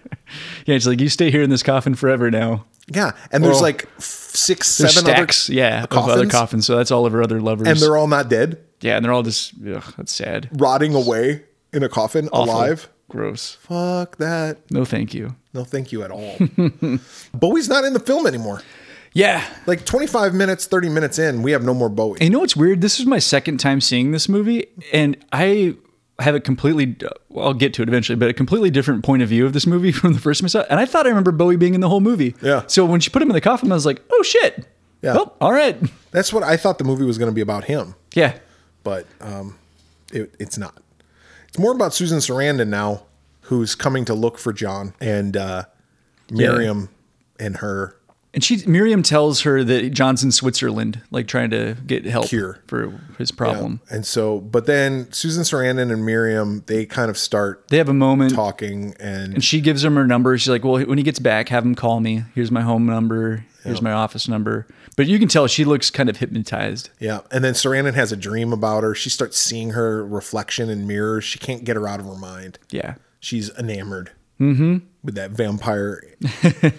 S1: it's like you stay here in this coffin forever now.
S3: yeah and
S1: Well,
S3: there's like f- six
S1: There's
S3: seven
S1: stacks,
S3: other
S1: yeah, of other coffins. So that's all of her other lovers.
S3: and they're all not dead
S1: yeah, and they're all just ugh, that's sad.
S3: rotting away in a coffin alive
S1: Gross.
S3: Fuck that.
S1: No, thank you.
S3: No, thank you at all. [laughs] Bowie's not in the film anymore.
S1: Yeah,
S3: Like 25 minutes, 30 minutes in, we have no more Bowie.
S1: You know what's weird? This is my second time seeing this movie, and I have a completely, well, I'll get to it eventually, but a completely different point of view of this movie [laughs] from the first time I saw it. And I thought I remember Bowie being in the whole movie.
S3: Yeah.
S1: So when she put him in the coffin, I was like, oh shit.
S3: Yeah.
S1: Well, all right. [laughs]
S3: That's what I thought the movie was going to be about him,
S1: Yeah.
S3: but um, it, it's not. It's more about Susan Sarandon now, who's coming to look for John and uh, Miriam and her.
S1: And she, Miriam tells her that John's in Switzerland, like trying to get help
S3: Cure.
S1: for his problem.
S3: And so, but then Susan Sarandon and Miriam, they kind of start
S1: They have a moment.
S3: talking and
S1: And she gives him her number. She's like, "Well, when he gets back, have him call me. Here's my home number. Here's my office number." But you can tell she looks kind of hypnotized.
S3: Yeah, and then Sarandon has a dream about her. She starts seeing her reflection in mirrors. She can't get her out of her mind.
S1: Yeah.
S3: She's enamored
S1: Mm-hmm.
S3: with
S1: [laughs]
S3: that vampire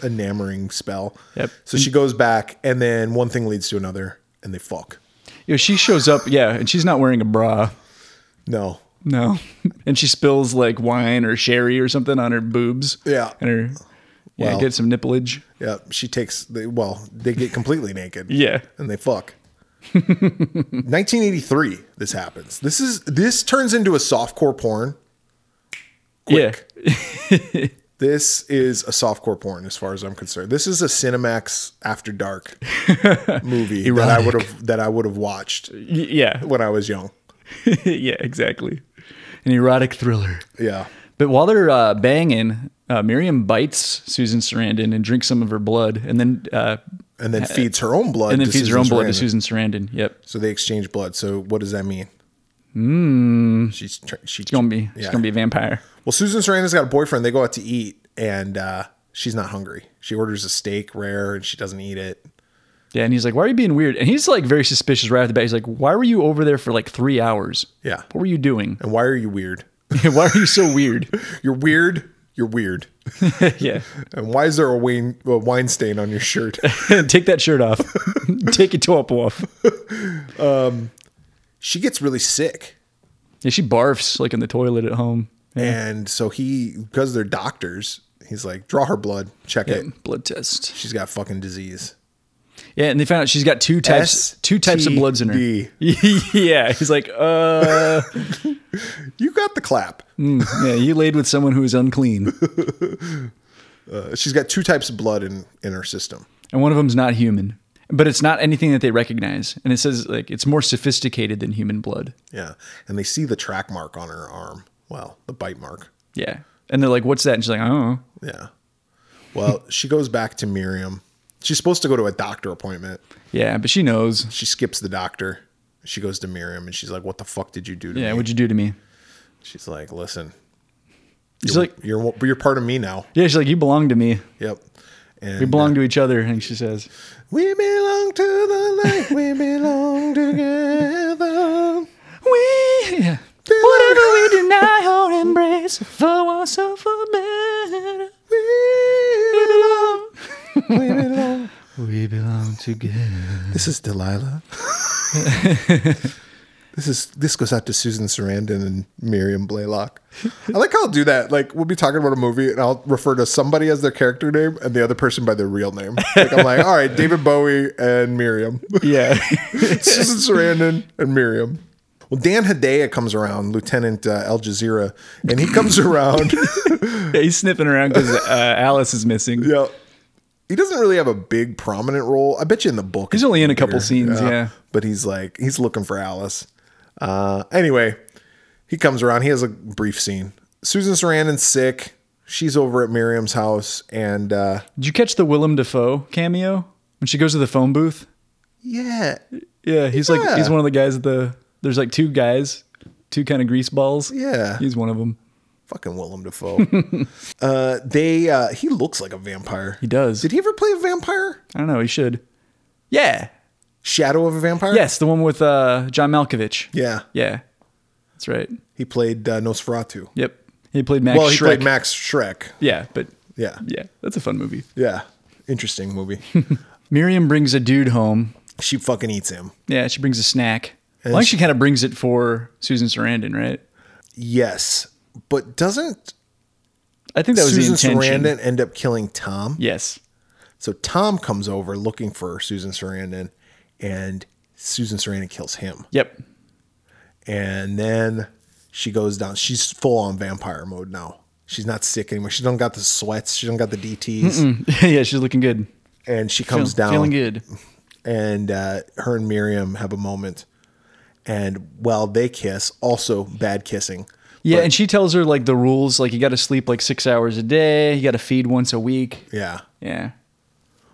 S3: enamoring spell.
S1: Yep.
S3: So she goes back, and then one thing leads to another, and they fuck.
S1: Yeah, she shows up, yeah, and she's not wearing a bra.
S3: No.
S1: No. [laughs] And she spills like wine or sherry or something on her boobs.
S3: Yeah.
S1: And her Yeah,
S3: Wow.
S1: get some nippleage.
S3: Yeah, she takes the well. They get completely naked.
S1: Yeah.
S3: and
S1: [laughs]
S3: they fuck. 1983. This happens. This is this turns into a softcore porn.
S1: Yeah.
S3: This is a softcore porn, as far as I'm concerned. This is a Cinemax
S1: [laughs]
S3: After Dark movie that I
S1: Erotic.
S3: would have that I would have watched
S1: Y- Yeah.
S3: when I was young.
S1: [laughs] yeah, exactly. An erotic thriller.
S3: Yeah,
S1: But while they're uh, banging, uh, Miriam bites Susan Sarandon and drinks some of her blood and then uh,
S3: and then feeds her own blood.
S1: and then
S3: to
S1: feeds
S3: Susan
S1: her own blood to Susan
S3: Sarandon.
S1: Sarandon. Yep.
S3: So they exchange blood. So what does that mean? Mm. She's tr- she,
S1: It's Hmm. gonna be it's
S3: Yeah.
S1: gonna be a vampire.
S3: well. Susan Sarandon's got a boyfriend. They go out to eat, and uh, she's not hungry. She orders a steak rare, and she doesn't eat it.
S1: Yeah, and he's like, "Why are you being weird?" And he's like, very suspicious right off the bat. He's like, "Why were you over there for like three hours?
S3: Yeah.
S1: what were you doing?
S3: And why are you weird? [laughs]
S1: [laughs] Why are you so weird?"
S3: You're weird. You're weird.
S1: [laughs]
S3: [laughs]
S1: yeah, [laughs]
S3: And why is there a wine, a wine stain on your shirt?
S1: take that shirt off. [laughs] take your top off.
S3: she gets really sick.
S1: Yeah, she barfs like in the toilet at home. Yeah.
S3: And so he, because they're doctors, he's like, draw her blood, check it.
S1: Blood test.
S3: She's got fucking disease.
S1: Yeah, and they found out she's got two types two types of bloods in her. [laughs]
S3: STD.
S1: yeah, he's like, uh,
S3: You got the clap.
S1: yeah, you laid with someone who is unclean,
S3: Uh, she's got two types of blood in in her system.
S1: and one of them's not human. But it's not anything that they recognize, and it says like it's more sophisticated than human blood.
S3: Yeah, and they see the track mark on her arm. Well, the bite mark.
S1: Yeah, and they're like, "What's that?" And she's like, "Oh,
S3: Yeah.
S1: [laughs]
S3: Well, she goes back to Miriam. She's supposed to go to a doctor appointment.
S1: yeah," but she knows.
S3: She skips the doctor. She goes to Miriam and she's like, "What the fuck did you do to
S1: Yeah,
S3: me?"
S1: what'd you do to me?
S3: She's like, "Listen,
S1: She's
S3: you're,
S1: like,
S3: you're you're part of me now."
S1: "Yeah," she's like, "You belong to me.
S3: Yep. And uh,
S1: We belong to each other." I think she says.
S3: We belong to the light. We
S1: [laughs]
S3: belong together.
S1: We yeah. Whatever we deny or embrace for once or for better. We belong. [laughs]
S3: We belong.
S1: We belong together.
S3: This is
S1: [laughs]
S3: Delilah. this is this goes out to Susan Sarandon and Miriam Blaylock. I like how I'll do that. Like we'll be talking about a movie, and I'll refer to somebody as their character name and the other person by their real name. Like I'm like, all right, David Bowie and Miriam, [laughs]
S1: Yeah. [laughs]
S3: Susan Sarandon and Miriam. Well, Dan Hedaya comes around, Lieutenant uh, Al Jazeera, and he
S1: [laughs]
S3: comes around.
S1: yeah. He's sniffing around because uh, Alice is missing.
S3: yeah. He doesn't really have a big prominent role. I bet you in the book.
S1: He's only in a couple scenes. Yeah.
S3: But he's like, he's looking for Alice. Uh, anyway, he comes around. He has a brief scene. Susan Sarandon's sick. She's over at Miriam's house. And uh,
S1: Did you catch the Willem Dafoe cameo when she goes to the phone booth?
S3: yeah,
S1: Yeah. He's
S3: Yeah.
S1: like, he's one of the guys at the, there's like two guys, two kind of grease balls.
S3: Yeah.
S1: He's one of them.
S3: fucking
S1: [laughs]
S3: Willem Dafoe. uh, they, uh, he looks like a vampire.
S1: He does.
S3: Did he ever play a vampire?
S1: I don't know. He should. Yeah.
S3: Shadow of a vampire?
S1: Yes. The one with uh, John Malkovich.
S3: Yeah.
S1: Yeah. That's right.
S3: He played uh, Nosferatu.
S1: Yep. He played Max
S3: Well, he
S1: Schreck.
S3: played Max Shrek.
S1: yeah, but
S3: Yeah.
S1: yeah, that's a fun movie.
S3: Yeah. Interesting
S1: [laughs]
S3: movie.
S1: Miriam brings a dude home.
S3: she fucking eats him.
S1: Yeah, she brings a snack.
S3: And
S1: like
S3: she-
S1: she kind of brings it for Susan Sarandon, right?
S3: Yes. But doesn't
S1: I think that was
S3: Susan
S1: the intention.
S3: Sarandon end up killing Tom?
S1: Yes.
S3: So Tom comes over looking for Susan Sarandon, and Susan Sarandon kills him.
S1: Yep. [laughs]
S3: And then she goes down. She's full on vampire mode now. She's not sick anymore. She don't got the sweats. She don't got the DTS.
S1: yeah, she's looking good.
S3: And she comes
S1: Feel-
S3: down.
S1: Feeling good.
S3: and uh, her and Miriam have a moment. And while they kiss, also bad kissing.
S1: Yeah, and she tells her like the rules, like you got to sleep like six hours a day, you got to feed once a week.
S3: Yeah.
S1: Yeah,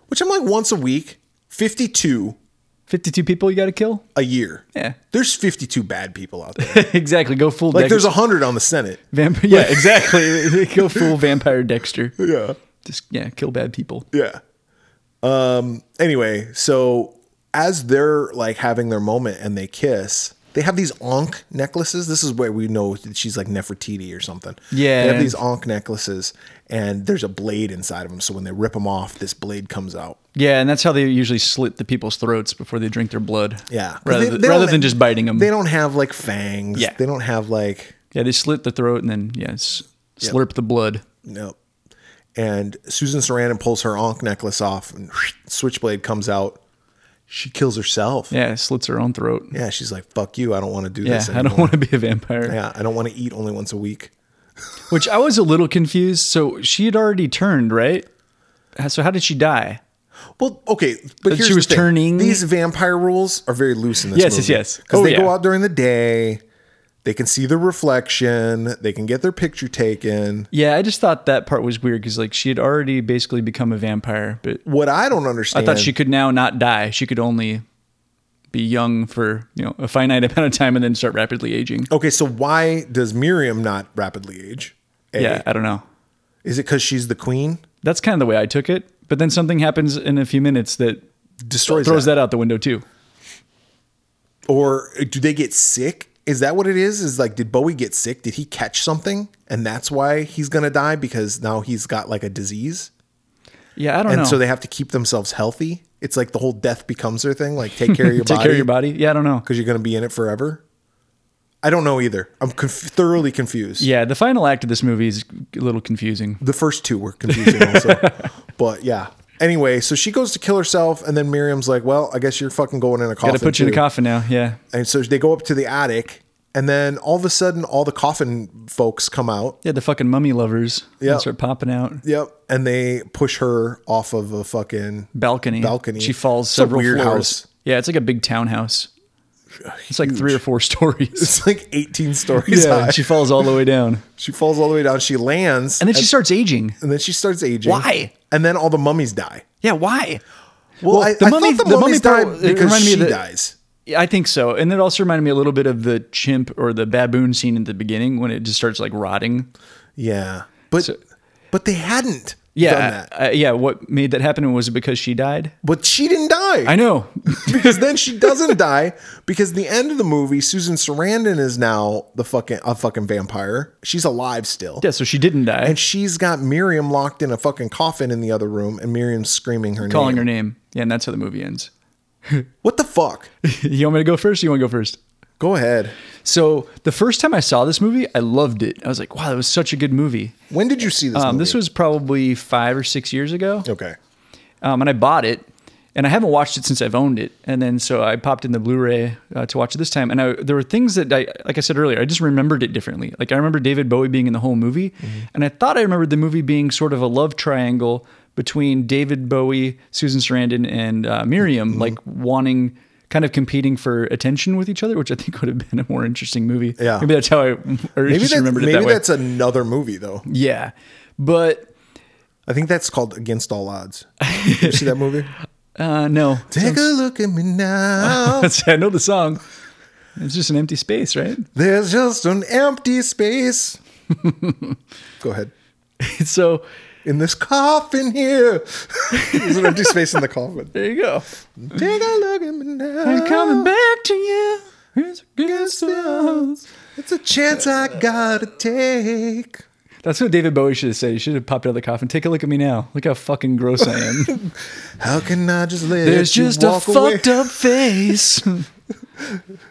S3: Which I'm like once a week, 52
S1: fifty-two people you got to kill. [laughs]
S3: a year.
S1: Yeah,
S3: There's 52 bad people out there.
S1: exactly. Go full.
S3: Like there's a hundred on the Senate.
S1: vampire. Yeah, [laughs] exactly. Go full vampire Dexter.
S3: Yeah.
S1: Just yeah, kill bad people.
S3: Yeah. Um anyway, so as they're like having their moment and they kiss, they have these onk necklaces. This is where we know that she's like Nefertiti or something. They have
S1: Yeah.
S3: these onk necklaces and there's a blade inside of them. So when they rip them off, this blade comes out.
S1: Yeah, and that's how they usually slit the people's throats before they drink their blood.
S3: Yeah. 'Cause
S1: rather,
S3: they-
S1: than-
S3: they
S1: rather
S3: don't-
S1: than just biting them.
S3: They don't have like fangs.
S1: Yeah.
S3: They don't have like
S1: yeah, they slit the throat and then yes, slurp the blood.
S3: Nope. And Susan Sarandon pulls her onk necklace off, and switchblade comes out. She kills herself. Yeah,
S1: Yeah, slits her own throat. Yeah,
S3: she's like, "Fuck you! I don't want to do this
S1: I
S3: anymore.
S1: don't want to be a vampire.
S3: yeah, I don't want to eat only once a week."
S1: Which I was a little confused. So she had already turned, right? So how did she die?
S3: Well, okay, but
S1: But
S3: here's
S1: she was
S3: the thing.
S1: turning-
S3: These vampire rules are very loose in this.
S1: Yes, yes, yes.
S3: Because
S1: Oh,
S3: they go
S1: yeah.
S3: out during the day, they can see the reflection, they can get their picture taken.
S1: Yeah, I just thought that part was weird because like she had already basically become a vampire, but
S3: What I don't
S1: I
S3: understand,
S1: thought she could now not die. She could only be young for you know a finite [laughs] amount of time and then start rapidly aging.
S3: Okay, so why does Miriam not rapidly age? A.
S1: Yeah, I don't know.
S3: is it because she's the queen?
S1: That's kind of the way I took it. But then something happens in a few minutes that
S3: Destroys
S1: throws that out the window too.
S3: or do they get sick? Is that what it is? Is like, did Bowie get sick? Did he catch something, and that's why he's gonna die because now he's got like a disease,
S1: Yeah, I don't
S3: and
S1: know.
S3: so they have to keep themselves healthy. It's like the whole death becomes their thing. Like,
S1: [laughs]
S3: take care of your
S1: take
S3: body,
S1: care of your body. Yeah, I don't know.
S3: because you're gonna be in it forever. I don't know either. I'm conf- thoroughly confused.
S1: Yeah, the final act of this movie is a little confusing. [laughs]
S3: The first two were confusing also, but yeah, Anyway, so she goes to kill herself, and then Miriam's like, "Well, I guess you're fucking going in a coffin."
S1: Gotta put you in a
S3: too."
S1: coffin now. Yeah.
S3: And so they go up to the attic, and then all of a sudden, all the coffin folks come out.
S1: Yeah, the fucking mummy lovers. They
S3: Yep.
S1: Start popping out.
S3: Yep, and they push her off of a fucking
S1: Balcony.
S3: Balcony.
S1: She falls
S3: It's a
S1: several
S3: weird
S1: floors.
S3: house.
S1: Yeah, it's like a big townhouse. It's like three or four
S3: [laughs]
S1: stories.
S3: [laughs] It's like 18 stories
S1: yeah.
S3: high.
S1: and she falls all the way down.
S3: She falls all the way down. She lands,
S1: And then she starts aging.
S3: and then she starts aging.
S1: Why?
S3: And then all the mummies die.
S1: Yeah, why?
S3: Well, I,
S1: the
S3: I
S1: mummy-
S3: thought the,
S1: the
S3: mummies
S1: mummy part-
S3: died
S1: it
S3: because
S1: reminded me
S3: she
S1: of the-
S3: dies.
S1: Yeah, I think so. And it also reminded me a little bit of the chimp or the baboon scene at the beginning when it just starts like rotting.
S3: Yeah, but
S1: So-
S3: but they hadn't done
S1: Yeah.
S3: that.
S1: Uh, yeah. What made that happen was it because she died?
S3: But she didn't die.
S1: I know. [laughs]
S3: because then she doesn't die because the end of the movie Susan Sarandon is now the fucking a fucking vampire. She's alive still.
S1: Yeah. So she didn't die.
S3: And she's got Miriam locked in a fucking coffin in the other room and Miriam's screaming her
S1: calling
S3: name.
S1: her name. Yeah. And that's how the movie ends. [laughs]
S3: What the fuck?
S1: you want me to go first? Or you want to go first?
S3: Go ahead.
S1: So the first time I saw this movie, I loved it. I was like, wow, that was such a good movie.
S3: When did you see this
S1: Um,
S3: movie?
S1: this was probably five or six years ago.
S3: Okay.
S1: um, and I bought it, and I haven't watched it since I've owned it. And then so I popped in the Blu-ray uh, to watch it this time, and I, there were things that I, like I said earlier, I just remembered it differently. Like I remember David Bowie being in the whole movie,
S3: Mm-hmm.
S1: and I thought I remembered the movie being sort of a love triangle between David Bowie, Susan Sarandon, and uh, Miriam,
S3: Mm-hmm.
S1: like wanting. Kind of competing for attention with each other, which I think would have been a more interesting movie.
S3: Yeah.
S1: maybe that's how I, or
S3: Maybe,
S1: just
S3: that,
S1: remembered it
S3: maybe
S1: that way.
S3: that's another movie though.
S1: yeah, but
S3: I think that's called Against All Odds. you see
S1: [laughs]
S3: that movie?
S1: uh, no,
S3: Take a look at
S1: [laughs]
S3: me now.
S1: I know the song. It's just an empty space, right? [laughs]
S3: There's just an empty space. Go ahead.
S1: So
S3: In this coffin here. [laughs] There's an empty space in the coffin.
S1: there you go. Ah.
S3: Take a look at me now.
S1: I'm coming back to you. It's against the odds.
S3: It's a chance I gotta take.
S1: That's what David Bowie should have said. He should have popped out of the coffin. Take a look at me now. Look how fucking gross I am.
S3: How can I just
S1: [laughs]
S3: let
S1: There's
S3: you
S1: just a
S3: walk away?
S1: fucked up face.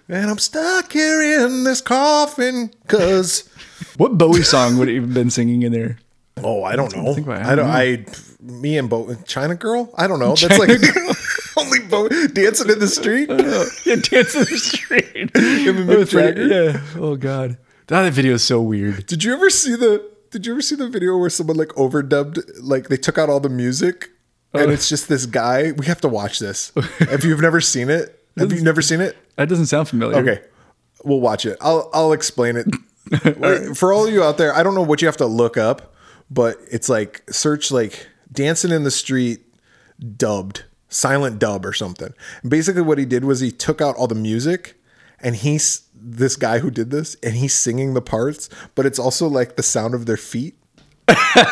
S3: And I'm stuck here in this coffin because.
S1: [laughs] what Bowie song would he have been singing in there?
S3: Oh, I don't know.
S1: think about it.
S3: I don't. I, me and Bo, China girl. I don't know. That's like [laughs] only Bo dancing in the street.
S1: [laughs] [laughs] Yeah, Dance in the [laughs] Street.
S3: Mick
S1: Oh,
S3: Jagger?
S1: yeah. Oh god. That video is so weird.
S3: Did you ever see the? Did you ever see the video where someone like overdubbed? Like they took out all the music, and it's just this guy. We have to watch this. if you've never seen it, have you never seen it?
S1: That doesn't sound familiar.
S3: Okay, we'll watch it. I'll I'll explain it for all you out there. I don't know what you have to look up, but it's like search like dancing in the street dubbed silent dub or something. And basically, what he did was he took out all the music, and he's this guy who did this, and he's singing the parts, but it's also like the sound of their feet.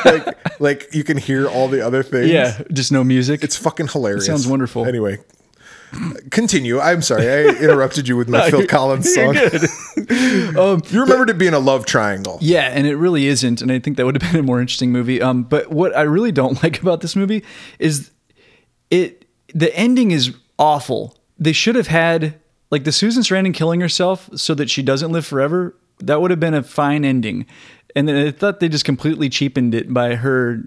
S3: like like you can hear all the other things.
S1: Yeah, just no music.
S3: It's fucking hilarious.
S1: sounds wonderful.
S3: Anyway, continue. I'm
S1: [laughs]
S3: sorry. I interrupted you with my Phil Collins song.
S1: um,
S3: you remembered it being a love triangle.
S1: Yeah, and it really isn't, and I think that would have been a more interesting movie. Um, but what I really don't [laughs] like about this movie is it the ending is awful. They should have had like the Susan Sarandon killing herself so that she doesn't live forever. That would have been a fine ending, and then I thought they just completely cheapened it by her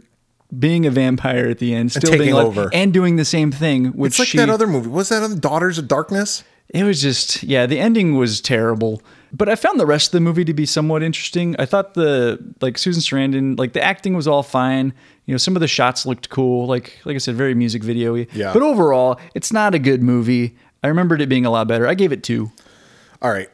S1: being a vampire at the end, still
S3: taking
S1: being alive,
S3: over.
S1: and doing the same thing. Which
S3: It's like
S1: she,
S3: that other movie. Was that on Daughters of Darkness?
S1: it was just, yeah, the ending was terrible. But I found the rest of the movie to be somewhat interesting. I thought the like Susan Sarandon, like the acting was all fine. You know, some of the shots looked cool. Like like I said, very music video-y.
S3: Yeah.
S1: But overall, it's not a good movie. I remembered it being a lot better. I gave it two.
S3: All right.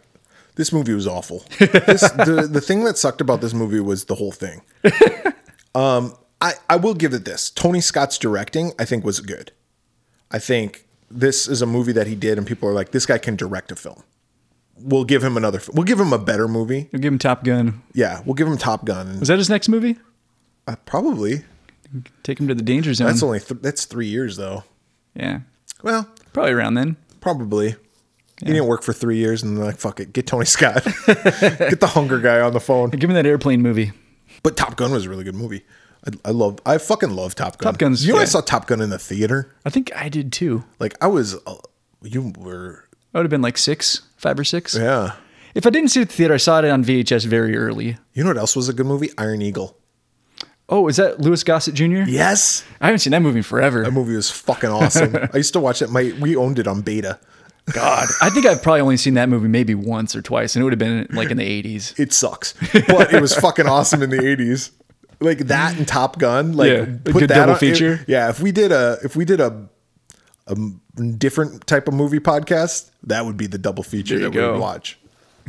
S3: This movie was awful.
S1: [laughs]
S3: This, the, the thing that sucked about this movie was the whole thing. Um, I, I will give it this. Tony Scott's directing, I think, was good. I think this is a movie that he did, and people are like, this guy can direct a film. We'll give him another. We'll give him a better movie.
S1: I give him Top Gun.
S3: Yeah, we'll give him Top Gun. And,
S1: Was that his next movie?
S3: uh, probably
S1: Take him to the danger zone.
S3: that's only th- that's three years though.
S1: yeah.
S3: Well,
S1: Probably around then.
S3: probably. He didn't work for three years, and they're like, "Fuck it, get Tony Scott, [laughs] get the Hunger guy on the phone."
S1: Give him that airplane movie.
S3: But Top Gun was a really good movie. I, I love, I fucking love Top Gun.
S1: Top Gun's-
S3: You know, I
S1: yeah.
S3: saw Top Gun in the theater.
S1: I think I did too.
S3: Like I was, uh, you were,
S1: I would have been like six, five or six.
S3: yeah.
S1: If I didn't see it at the theater, I saw it on VHS very early.
S3: You know what else was a good movie? Iron Eagle.
S1: Oh, is that Louis Gossett Jr.?
S3: Yes,
S1: I haven't seen that movie in forever.
S3: that movie was fucking awesome. I used to watch it. My we owned it on beta.
S1: God, I think I've probably only seen that movie maybe once or twice, and it would have been like in the
S3: [laughs]
S1: '80s.
S3: It sucks, but it was fucking awesome in the eighties. Like that and Top Gun. Like
S1: Yeah, a good double
S3: on-
S1: feature.
S3: yeah, if we did a if we did a a different type of movie podcast, that would be the double feature
S1: There you
S3: that we
S1: go.
S3: would watch.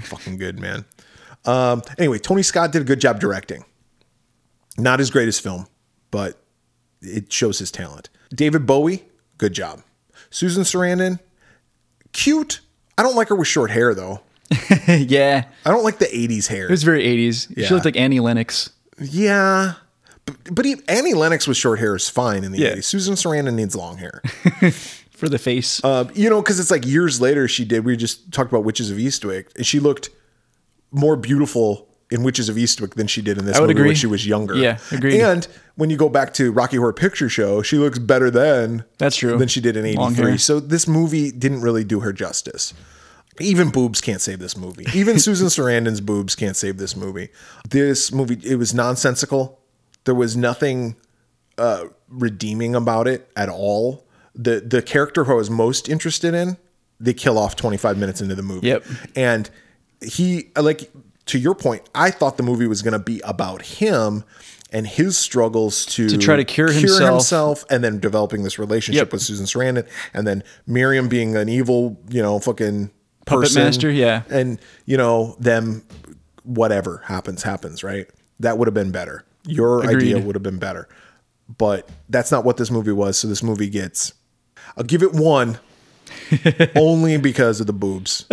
S3: fucking good, man. Um, anyway, Tony Scott did a good job directing. Not his greatest film, but it shows his talent. David Bowie, good job. Susan Sarandon, cute. I don't like her with short hair though.
S1: yeah,
S3: I don't like the 80s hair.
S1: it was very '80s.
S3: Yeah.
S1: She looked like Annie Lennox.
S3: Yeah. But, but even Annie Lennox with short hair is fine in the
S1: Yeah.
S3: 80s. Susan Sarandon needs long hair.
S1: for the face.
S3: Uh, you know, because it's like years later she did, we just talked about Witches of Eastwick, and she looked more beautiful in Witches of Eastwick than she did in this
S1: I would
S3: movie when
S1: agree.
S3: she was younger.
S1: Yeah, agreed.
S3: And when you go back to Rocky Horror Picture Show, she looks better then.
S1: That's true.
S3: Than she did in
S1: Long hair.
S3: '83. So this movie didn't really do her justice. Even boobs can't save this movie.
S1: [laughs]
S3: Even Susan Sarandon's boobs can't save this movie. This movie it was nonsensical. There was nothing uh, redeeming about it at all. The the character who I was most interested in, they kill off 25 minutes into the movie.
S1: Yep.
S3: And he uh, like to your point, I thought the movie was going to be about him and his struggles to to
S1: try to cure himself.
S3: and then developing this relationship
S1: Yep.
S3: with Susan Sarandon and then Miriam being an evil, you know, fucking person
S1: master, yeah.
S3: and you know them whatever happens happens right that would have been better your idea
S1: Agreed.
S3: would have been better but that's not what this movie was so this movie gets i'll give
S1: [laughs]
S3: it one only because of the boobs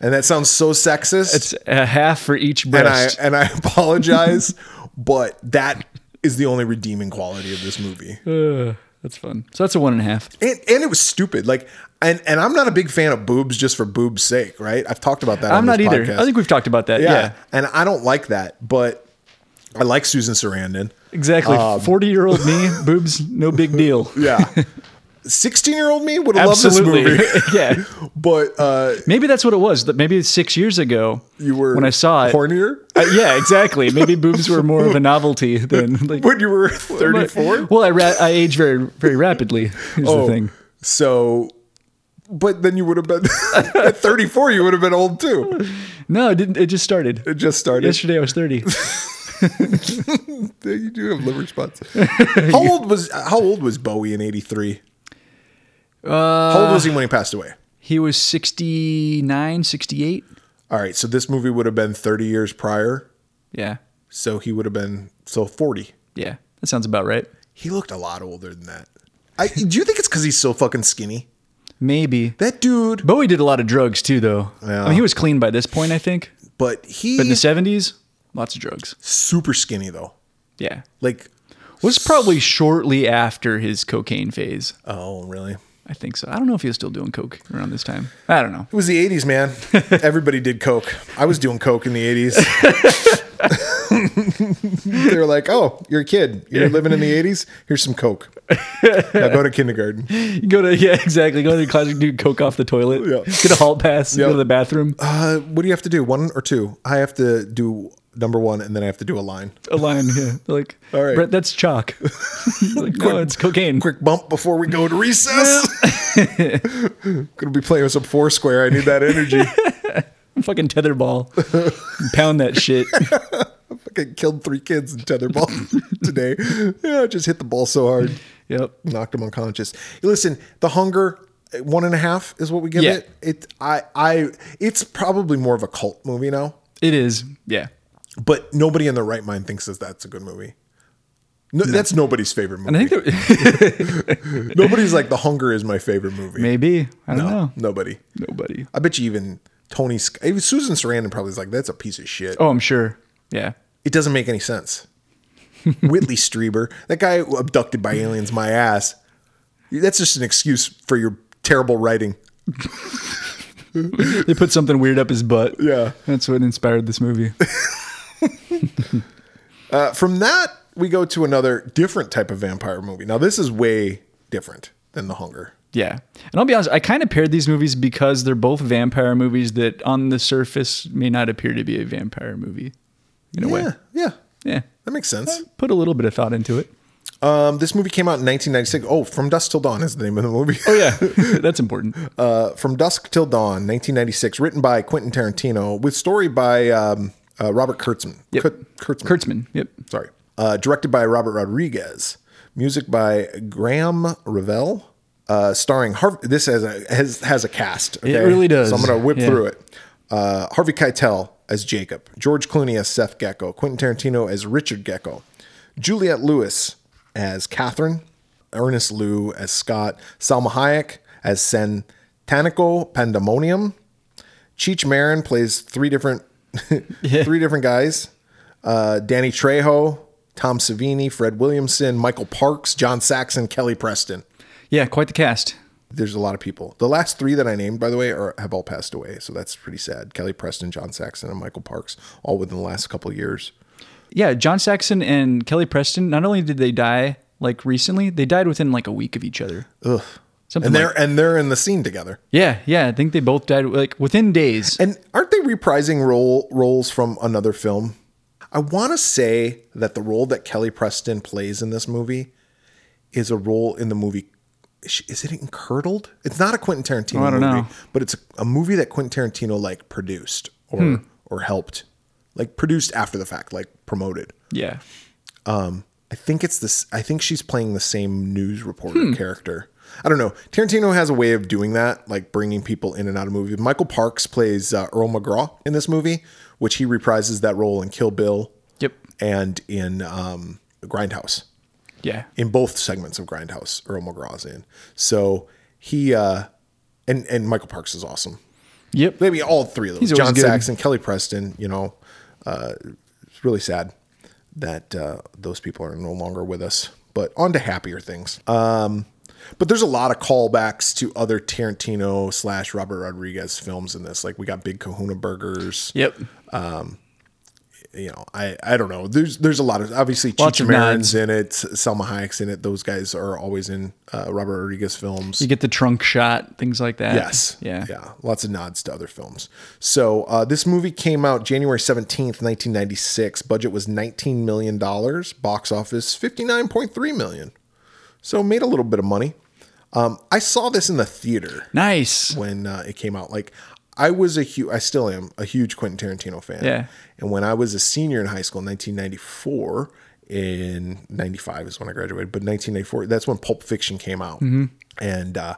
S3: and that sounds so sexist
S1: it's a half for each
S3: and i
S1: breast.
S3: and
S1: [laughs]
S3: i apologize but that is the only redeeming quality of this movie
S1: that's fun. So that's a one and a half.
S3: and, and it was stupid like and and i'm not a big fan of boobs just for boobs sake right i've talked about that on
S1: I'm not
S3: this
S1: either.
S3: podcast.
S1: I think we've talked about that. Yeah,
S3: Yeah. And I don't like that, but I like Susan Sarandon.
S1: exactly.
S3: Um,
S1: Forty year old
S3: [laughs]
S1: me, boobs, no big deal. [laughs]
S3: Yeah. 16 year old me would have loved this
S1: Absolutely.
S3: movie. [laughs]
S1: [laughs] yeah.
S3: But uh,
S1: Maybe that's what it was. That maybe six years ago
S3: you were
S1: when I saw it.
S3: hornier [laughs]
S1: Uh, yeah, exactly. Maybe boobs were more of a novelty than like
S3: when you were 34.
S1: [laughs] Well, I ra- I age very very rapidly. Is
S3: Oh.
S1: the thing.
S3: So, but then you would have been [laughs] at 34, you would have been old too.
S1: No, it didn't. It just started.
S3: It just started.
S1: Yesterday I was
S3: [laughs]
S1: thirty.
S3: You do have
S1: [laughs]
S3: liver spots. How old was how old was Bowie in 83? Uh, how old was he when he passed away?
S1: He was 69, 68.
S3: All right, so this movie would have been 30 years prior.
S1: Yeah,
S3: So he would have been so 40.
S1: yeah. That sounds about right.
S3: He looked a lot older than that. I do you think it's because he's so fucking skinny?
S1: Maybe.
S3: That dude,
S1: Bowie did a lot of drugs too, though.
S3: Yeah.
S1: I mean, he was clean by this point, I think.
S3: but he
S1: But in the seventies, lots of drugs.
S3: super skinny though.
S1: Yeah,
S3: Like,
S1: was probably shortly after his cocaine phase.
S3: oh really? It
S1: I think so. I don't know if he was still doing coke around this time. I
S3: [laughs]
S1: don't know.
S3: was the '80s, man. Everybody did coke. I was doing coke in the '80s. [laughs] they were like, "Oh, you're a kid. You're living in the '80s. Here's some coke. Now go to kindergarten."
S1: You go to [laughs] yeah, exactly. Go to the closet, do coke off the toilet.
S3: Yeah.
S1: Get a hall pass.
S3: Yeah.
S1: Go to the bathroom.
S3: Uh, what do you have to do? One or two? I have to do number one, and then I have to do a line.
S1: A line. Yeah. They're [laughs] like,
S3: All right.
S1: Brett, that's
S3: [laughs]
S1: chalk. like, no, it's cocaine.
S3: quick bump before we go to recess. [laughs] Gonna be playing with some Foursquare. I need
S1: [laughs]
S3: that energy.
S1: Fucking
S3: [laughs]
S1: tetherball. Pound that shit.
S3: Fucking killed three kids in tetherball [laughs] today. Yeah, I just hit the ball so hard,
S1: yep.
S3: knocked them unconscious. Listen, the hunger uh, one and a half is what we give
S1: Yeah.
S3: it. It I I it's probably more of a cult movie now,
S1: It is. Yeah.
S3: but nobody in their right mind thinks that that's a good movie. No, that's nobody's favorite movie.
S1: I think there, [laughs]
S3: Nobody's like the hunger is my favorite movie.
S1: maybe. I don't know.
S3: Nobody.
S1: Nobody.
S3: I bet you even Tony, Sc- even Susan Sarandon probably is like, that's a piece of shit.
S1: Oh, I'm sure. Yeah.
S3: It doesn't make any sense.
S1: [laughs]
S3: Whitley Strieber, that guy abducted by aliens, my ass. That's just an excuse for your terrible writing.
S1: They put something weird up his butt.
S3: Yeah.
S1: That's what inspired this
S3: [laughs]
S1: movie.
S3: Uh, from that, we go to another different type of vampire movie. Now, this is way different than The Hunger.
S1: Yeah. And I'll be honest, I kind of paired these movies because they're both vampire movies that on the surface may not appear to be a vampire movie in a way.
S3: Yeah, yeah.
S1: Yeah.
S3: That makes sense.
S1: Put a little bit of thought into it.
S3: Um, this movie came out in 1996. Oh, From Dusk Till Dawn is the name of the movie.
S1: Oh yeah, [laughs] that's important.
S3: Uh, From Dusk Till Dawn, 1996, written by Quentin Tarantino, with story by um, uh, Robert Kurtzman.
S1: Yep.
S3: Kurt- Kurtzman.
S1: Kurtzman. Yep.
S3: Sorry. Uh, directed by Robert Rodriguez. Music by Graham Revell. Uh, starring Harvey. This has a, has has a cast. okay?
S1: really does.
S3: So I'm gonna whip
S1: Yeah.
S3: through it. Uh, Harvey Keitel as Jacob. George Clooney as Seth Gecko. Quentin Tarantino as Richard Gecko. Juliette Lewis as Catherine. Ernest Liu as Scott. Salma Hayek as Santanico Pandemonium. Cheech Marin plays three different [laughs] three different guys. Uh, Danny Trejo, Tom Savini, Fred Williamson, Michael Parks, John Saxon, Kelly Preston.
S1: Yeah, quite the cast.
S3: There's a lot of people. The last three that I named, by the way, are have all passed away, so that's pretty sad. Kelly Preston, John Saxon, and Michael Parks, all within the last couple of years.
S1: Yeah, John Saxon and Kelly Preston. Not only did they die like recently, they died within like a week of each other.
S3: Ugh.
S1: Something
S3: And
S1: like-
S3: they're and they're in the scene together.
S1: yeah, yeah. I think they both died like within days.
S3: And aren't they reprising role roles from another film? I want to say that the role that Kelly Preston plays in this movie is a role in the movie. Is is it in Curdled? It's not a Quentin Tarantino
S1: Oh, I don't
S3: movie,
S1: know.
S3: but it's a, a movie that Quentin Tarantino like produced or
S1: Hmm.
S3: or helped, like produced after the fact, like promoted.
S1: yeah.
S3: I think it's this. I think she's playing the same news reporter character. I don't know. Tarantino has a way of doing that, like bringing people in and out of movies. Michael Parks plays uh, Earl McGraw in this movie, which he reprises that role in Kill Bill
S1: Yep.
S3: and in um, Grindhouse.
S1: Yeah.
S3: In both segments of Grindhouse, Earl McGraw's in. So he uh, and and Michael Parks is awesome.
S1: Yep.
S3: Maybe all three of those.
S1: He's always
S3: John
S1: good.
S3: Saxon, Kelly Preston, you know, uh, it's really sad that uh, those people are no longer with us. But on to happier things. Um, but there's a lot of callbacks to other Tarantino slash Robert Rodriguez films in this. Like we got Big Kahuna Burgers.
S1: Yep.
S3: You know, I, I don't know. There's there's a lot of obviously
S1: Lots
S3: Cheech
S1: of nods.
S3: Marin's in it, Selma Hayek's in it. Those guys are always in uh, Robert Rodriguez films.
S1: You get the trunk shot, things like that.
S3: Yes.
S1: Yeah.
S3: Yeah. Lots of nods to other films. So uh, this movie came out January 17th, 1996. Budget was $19 million. Box office $59.3 million. So made a little bit of money. Um, I saw this in the theater
S1: Nice.
S3: when uh, it came out. Like I was a huge, I still am a huge Quentin Tarantino fan.
S1: Yeah.
S3: And when I was a senior in high school in 1994, in 95 is when I graduated, but 1994, that's when Pulp Fiction came out. And uh,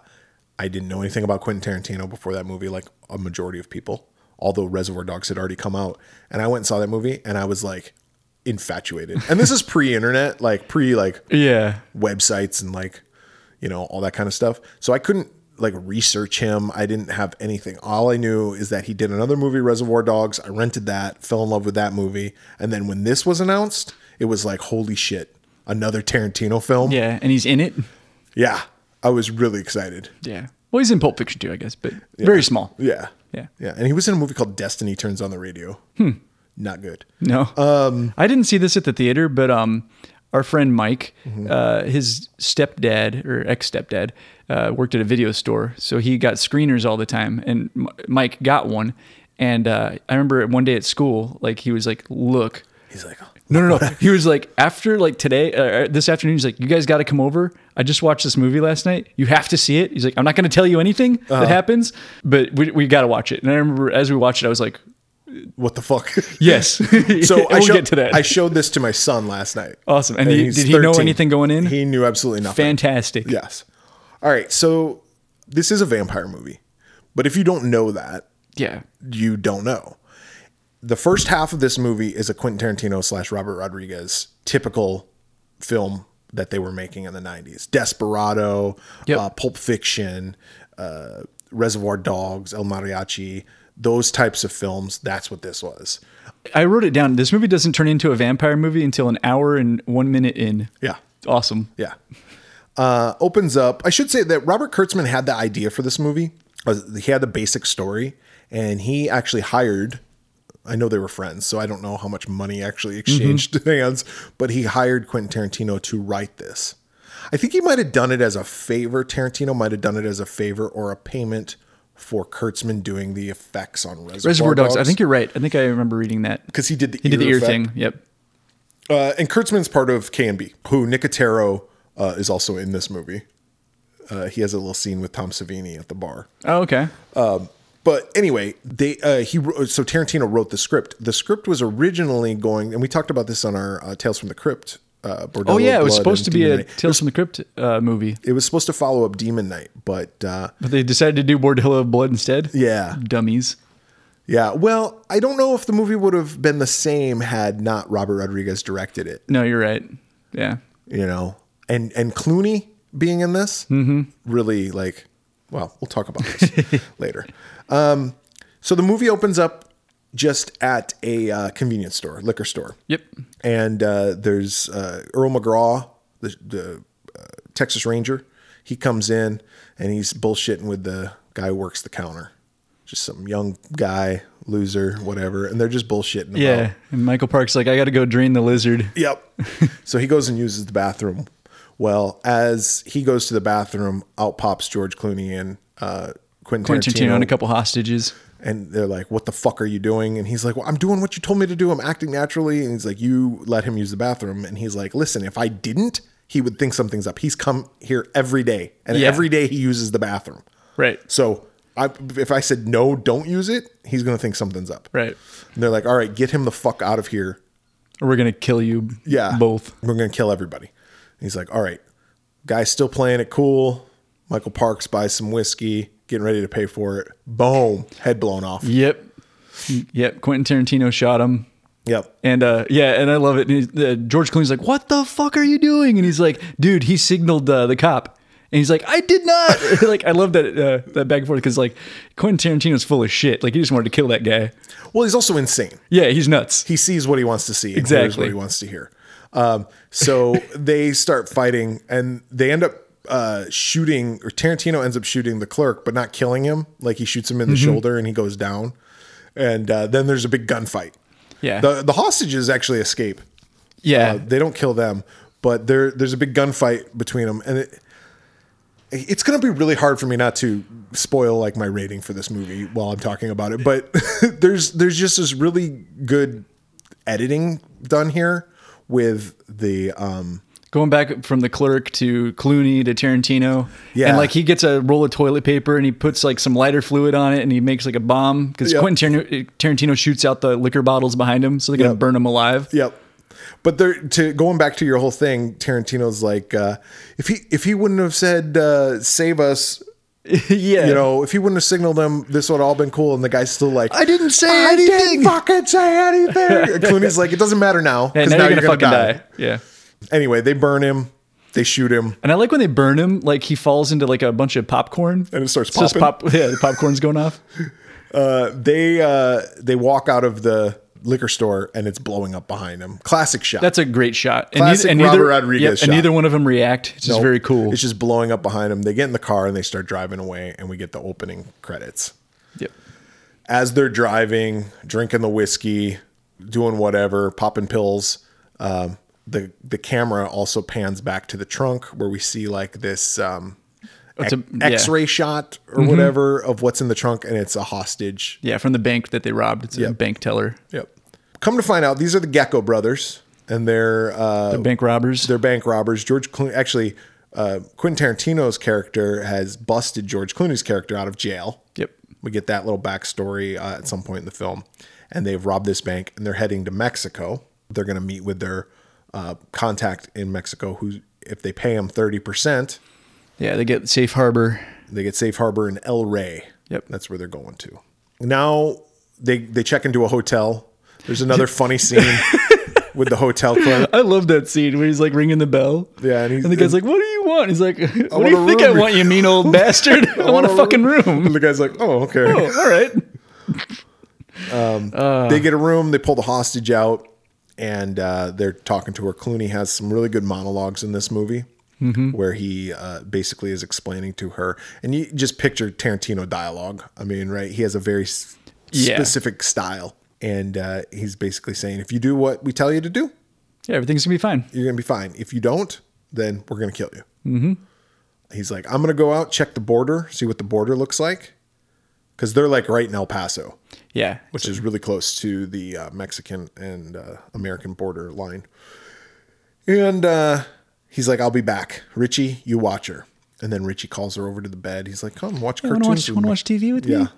S3: I didn't know anything about Quentin Tarantino before that movie, like a majority of people, although Reservoir Dogs had already come out. And I went and saw that movie and I was like, infatuated. And this is pre-internet, like pre like
S1: Yeah.
S3: websites and like you know all that kind of stuff so i couldn't like research him i didn't have anything all i knew is that he did another movie reservoir dogs i rented that fell in love with that movie and then when this was announced it was like holy shit another tarantino film
S1: Yeah. And he's in it.
S3: Yeah, i was really excited
S1: Yeah. Well, he's in Pulp Fiction too, I guess, but very small.
S3: yeah
S1: Yeah. Hmm.
S3: yeah and he was in a movie called destiny turns on the radio not good
S1: No. Um, I didn't see this at the theater, but um, our friend Mike, uh, his stepdad or ex stepdad, uh, worked at a video store. So he got screeners all the time. And M- Mike got one. And uh, I remember one day at school, like he was like, look,
S3: he's like "Oh,
S1: no, no, no. [laughs] He was like, after like today, uh, this afternoon, he's like, you guys got to come over. I just watched this movie last night. You have to see it. He's like, I'm not going to tell you anything that happens, but we, we got to watch it. And I remember as we watched it, I was like,
S3: what
S1: [laughs]
S3: the fuck
S1: yes.
S3: [laughs]
S1: [laughs]
S3: so
S1: we'll
S3: I, showed,
S1: get to that.
S3: I showed this to my son last night
S1: Awesome. And,
S3: And
S1: he,
S3: he's
S1: did he know
S3: 13.
S1: anything going in?
S3: he knew absolutely nothing
S1: Fantastic.
S3: Yes. All right. So this is a vampire movie, but if you don't know that,
S1: Yeah.
S3: you don't know. The first half of this movie is a Quentin Tarantino slash Robert Rodriguez typical film that they were making in the 90s Desperado,
S1: Yep.
S3: uh, Pulp Fiction, uh, Reservoir Dogs, El Mariachi, those types of films. That's what this was.
S1: I wrote it down. This movie doesn't turn into a vampire movie until an hour and one minute in.
S3: Yeah.
S1: Awesome.
S3: Yeah. Uh, opens up. I should say that Robert Kurtzman had the idea for this movie. Uh, He had the basic story, and he actually hired. I know they were friends, so I don't know how much money actually exchanged [laughs] hands, but he hired Quentin Tarantino to write this. I think he might have done it as a favor. Tarantino might have done it as a favor or a payment for Kurtzman doing the effects on Reservoir,
S1: Reservoir Dogs. I think you're right. I think I remember reading that.
S3: because he did the
S1: He did the ear
S3: effect.
S1: thing. Yep.
S3: Uh, and Kurtzman's part of K and B, who Nicotero uh, is also in this movie. Uh, he has a little scene with Tom Savini at the bar.
S1: Oh, okay.
S3: But anyway, they uh, he wrote- so Tarantino wrote the script. The script was originally going, and we talked about this on our uh, Tales from the Crypt. Uh, Bordello
S1: Oh yeah, it
S3: of
S1: was
S3: Blood
S1: supposed to
S3: and
S1: be
S3: Demon
S1: a
S3: Night.
S1: Tales from the Crypt uh, movie,
S3: It was supposed to follow up Demon Night, but uh,
S1: but they decided to do Bordello of Blood instead.
S3: yeah,
S1: Dummies.
S3: yeah. Well, I don't know if the movie would have been the same had not Robert Rodriguez directed it.
S1: No, you're right. Yeah.
S3: You know, and and Clooney being in this really like, well, we'll talk about this later. Um, so the movie opens up just at a uh, convenience store, liquor store.
S1: Yep.
S3: and uh, there's uh, Earl McGraw, the, the uh, Texas Ranger. He comes in and he's bullshitting with the guy who works the counter, just some young guy, loser, whatever, and they're just bullshitting.
S1: Yeah.
S3: about-
S1: And Michael Park's like, I got to go drain the lizard.
S3: Yep.
S1: [laughs]
S3: so he goes and uses the bathroom. Well, as he goes to the bathroom, out pops George Clooney and uh, Quentin,
S1: Quentin Tarantino
S3: Tarantino,
S1: and a couple hostages.
S3: and they're like, "What the fuck are you doing?" And he's like, "Well, I'm doing what you told me to do. I'm acting naturally." And he's like, "You let him use the bathroom." And he's like, "Listen, if I didn't, he would think something's up. He's come here every day, and
S1: Yeah.
S3: every day he uses the bathroom.
S1: Right.
S3: So, I, if I said no, don't use it, he's gonna think something's up."
S1: Right.
S3: And they're like, "All right, get him the fuck out of here.
S1: Or we're gonna kill you.
S3: Yeah,
S1: Both.
S3: We're gonna kill everybody." And he's like, "All right, guy's still playing it cool." Michael Parks buys some whiskey, getting ready to pay for it. Boom, head blown off.
S1: Yep. Yep. Quentin Tarantino shot him.
S3: Yep.
S1: And uh, yeah, and I love it. And he, uh, George Clooney's like, "What the fuck are you doing?" And he's like, "Dude, he signaled uh, the cop." And he's like, "I did not." [laughs] like, I love that uh, that back and forth because like Quentin Tarantino's full of shit. Like, he just wanted to kill that guy.
S3: Well, he's also insane.
S1: Yeah, he's nuts.
S3: he sees what he wants to see and hears
S1: Exactly.
S3: what he wants to hear um, so [laughs] they start fighting and they end up uh, shooting or tarantino ends up shooting the clerk but not killing him like he shoots him in the
S1: Mm-hmm.
S3: shoulder and he goes down and uh, then there's a big gunfight
S1: Yeah,
S3: the, the hostages actually escape
S1: yeah.
S3: uh, they don't kill them but there there's a big gunfight between them and it it's going to be really hard for me not to spoil like my rating for this movie while I'm talking about it but [laughs] there's there's just this really good editing done here with the um
S1: Going back from the clerk to Clooney to Tarantino.
S3: Yeah.
S1: And like he gets a roll of toilet paper and he puts like some lighter fluid on it and he makes like a bomb because
S3: Yep.
S1: Quentin Tarantino, Tarantino shoots out the liquor bottles behind him, so they're gonna
S3: Yep.
S1: burn him alive.
S3: Yep. But there to going back to your whole thing, Tarantino's like, uh, if he if he wouldn't have said uh, save us,
S1: [laughs] yeah.
S3: you know, if he wouldn't have signaled them, this would have all been cool. And the guy's still like,
S1: I didn't say
S3: I
S1: anything.
S3: didn't fucking say
S1: [laughs]
S3: anything. And Clooney's like, it doesn't matter now.
S1: Hey,
S3: 'cause
S1: now, you're, gonna,
S3: gonna
S1: fucking die. Yeah.
S3: Anyway, they burn him. They shoot him.
S1: And I like when they burn him, like he falls into like a bunch of popcorn.
S3: And it starts
S1: It's just
S3: popping.
S1: pop, [laughs] yeah, the popcorn's going off.
S3: Uh, they uh, they walk out of the liquor store and it's blowing up behind them. Classic shot.
S1: That's a great shot. And
S3: Classic Robert Rodriguez
S1: yep, And
S3: shot.
S1: neither one of them react. It's just
S3: Nope.
S1: very cool.
S3: It's just blowing up behind them. They get in the car and they start driving away, and we get the opening credits.
S1: yep.
S3: as they're driving, drinking the whiskey, doing whatever, popping pills, um, the the camera also pans back to the trunk where we see like this um,
S1: It's a- yeah. Mm-hmm.
S3: X ray shot or whatever of what's in the trunk, and it's a hostage.
S1: Yeah, from the bank that they robbed. It's a
S3: Yep.
S1: bank teller.
S3: Yep. Come to find out, these are the Gecko brothers, and they're uh,
S1: Bank robbers.
S3: they're bank robbers. George Clooney actually. Uh, Quentin Tarantino's character has busted George Clooney's character out of jail.
S1: Yep.
S3: We get that little backstory uh, at some point in the film. And they've robbed this bank and they're heading to Mexico. They're going to meet with their uh, contact in Mexico, who, if they pay them 30%,
S1: Yeah, they get safe harbor.
S3: they get safe harbor in El Rey.
S1: Yep.
S3: That's where they're going to. Now they, they check into a hotel. There's
S1: [laughs]
S3: another funny scene with the hotel clerk.
S1: I love that scene where he's like ringing the bell.
S3: Yeah, and
S1: and,
S3: he's-
S1: the guy's like, "What do you want?" He's like, [laughs] "What do
S3: want
S1: you
S3: a
S1: think
S3: room."
S1: I want, you mean
S3: [laughs]
S1: old bastard? [laughs] I, want, a fucking room."
S3: And the guy's like, oh, okay.
S1: Oh, all right.
S3: they get a room, they pull the hostage out, and uh, they're talking to her. Clooney has some really good monologues in this movie where he uh, basically is explaining to her. And you just picture Tarantino dialogue. I mean, right? He has a very s-
S1: Yeah.
S3: specific style. And uh, he's basically saying, if you do what we tell you to do,
S1: Yeah, everything's gonna be fine.
S3: you're going to be fine. If you don't, then we're going to kill you. He's like, I'm going to go out, check the border, see what the border looks like. Because they're like right in El Paso
S1: Yeah,
S3: which is really close to the uh, Mexican and uh, American border line. And uh, he's like, I'll be back. Richie, you watch her. And then Richie calls her over to the bed. He's like, come watch
S1: You want
S3: cartoons.
S1: to watch,
S3: with
S1: wanna
S3: me."
S1: watch TV with
S3: Yeah.
S1: me?
S3: Hmm.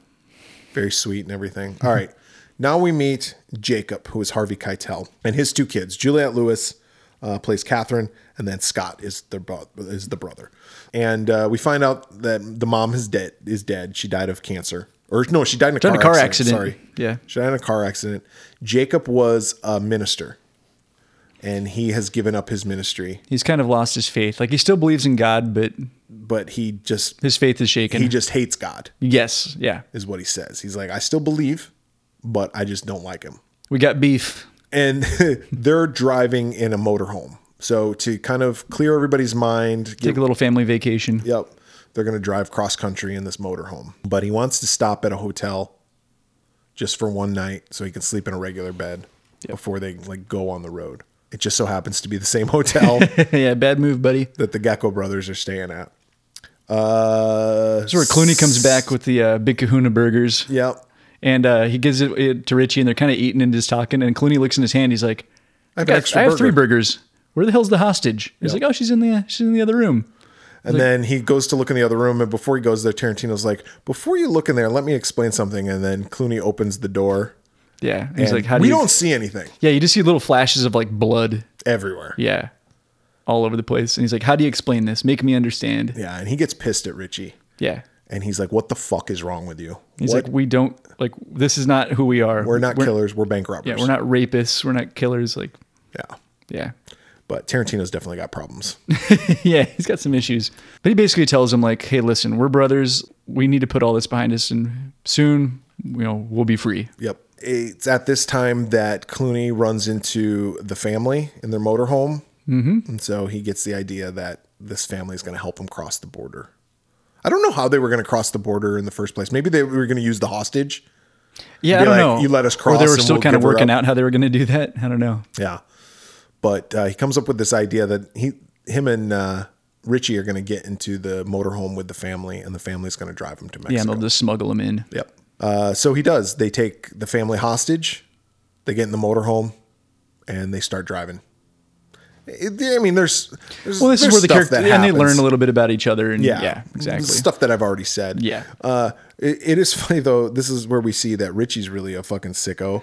S3: Very sweet and everything. All right. Now we meet Jacob, who is Harvey Keitel, and his two kids. Juliette Lewis uh, plays Catherine, and then Scott is their bro- is the brother. And uh, we find out that the mom is dead. Is dead. She died of cancer, or no, she died in a, car,
S1: in a car
S3: accident.
S1: accident.
S3: Sorry,
S1: Yeah.
S3: she died in a car accident. Jacob was a minister, and he has given up his ministry,
S1: He's kind of lost his faith. Like he still believes in God, but
S3: but he just
S1: his faith is shaken.
S3: he just hates God.
S1: yes, yeah.
S3: Is what he says. He's like, I still believe, but I just don't like him.
S1: We got beef.
S3: and [laughs] they're driving in a motorhome. So to kind of clear everybody's mind,
S1: Take a little family vacation.
S3: yep, they're going to drive cross country in this motorhome. But he wants to stop at a hotel just for one night so he can sleep in a regular bed before they like go on the road. It just so happens to be the
S1: [laughs]
S3: same [laughs] hotel
S1: yeah, bad move, buddy.
S3: that the Gecko brothers are staying at. Uh,
S1: That's where Clooney comes back with the uh, big Kahuna burgers,
S3: Yep.
S1: and uh, he gives it, it to Richie, and they're kind of eating and just talking. And Clooney looks in his hand. He's like,
S3: I have
S1: "I
S3: an
S1: have,
S3: extra
S1: I have
S3: burger."
S1: three burgers. Where the hell's the hostage?" He's like, "Oh, she's in the she's in the other room."
S3: And then he goes to look in the other room, and before he goes there, Tarantino's like, "Before you look in there, let me explain something." And then Clooney opens the door.
S1: Yeah, he's
S3: and
S1: like, "How do
S3: we
S1: you?"
S3: don't see anything
S1: yeah, you just see little flashes of like blood.
S3: everywhere. Yeah.
S1: Yeah, all over the place. And he's like, "How do you explain this? Make me understand." Yeah,
S3: and he gets pissed at Richie, and he's like, "What the fuck is wrong with you?
S1: he's
S3: What-
S1: like, "We don't like this is not who we are.
S3: we're not killers. We're bank robbers.
S1: Yeah, we're not rapists. We're not killers. Like,
S3: Yeah,
S1: yeah."
S3: but Tarantino's definitely got problems.
S1: [laughs] yeah, he's got some issues. But he basically tells him like, "Hey, listen, we're brothers. We need to put all this behind us, and soon, you know, we'll be free."
S3: yep. It's at this time that Clooney runs into the family in their motorhome, mm-hmm. and so he gets the idea that this family is going to help him cross the border. I don't know how they were going to cross the border in the first place. Maybe they were going to use the hostage.
S1: Yeah, I
S3: Be
S1: don't
S3: like,
S1: know.
S3: "You let us
S1: Or
S3: cross
S1: they were
S3: and
S1: still
S3: we'll
S1: kind of
S3: give her
S1: working
S3: up."
S1: out how they were going to do that. I don't know.
S3: Yeah. But uh, he comes up with this idea that he, him and uh, Richie are going to get into the motorhome with the family, and the family's going to drive him to Mexico.
S1: Yeah, and they'll just smuggle him in.
S3: Yep. Uh, so he does. They take the family hostage. They get in the motorhome, and they start driving. It- I mean, there's, there's
S1: Well, this
S3: there's
S1: is where the
S3: stuff
S1: character
S3: that
S1: and they
S3: happens.
S1: learn a little bit about each other. And yeah, [laughs] exactly.
S3: Stuff that I've already said.
S1: Yeah.
S3: Uh, it, it is funny though. This is where we see that Richie's really a
S1: [laughs]
S3: fucking sicko.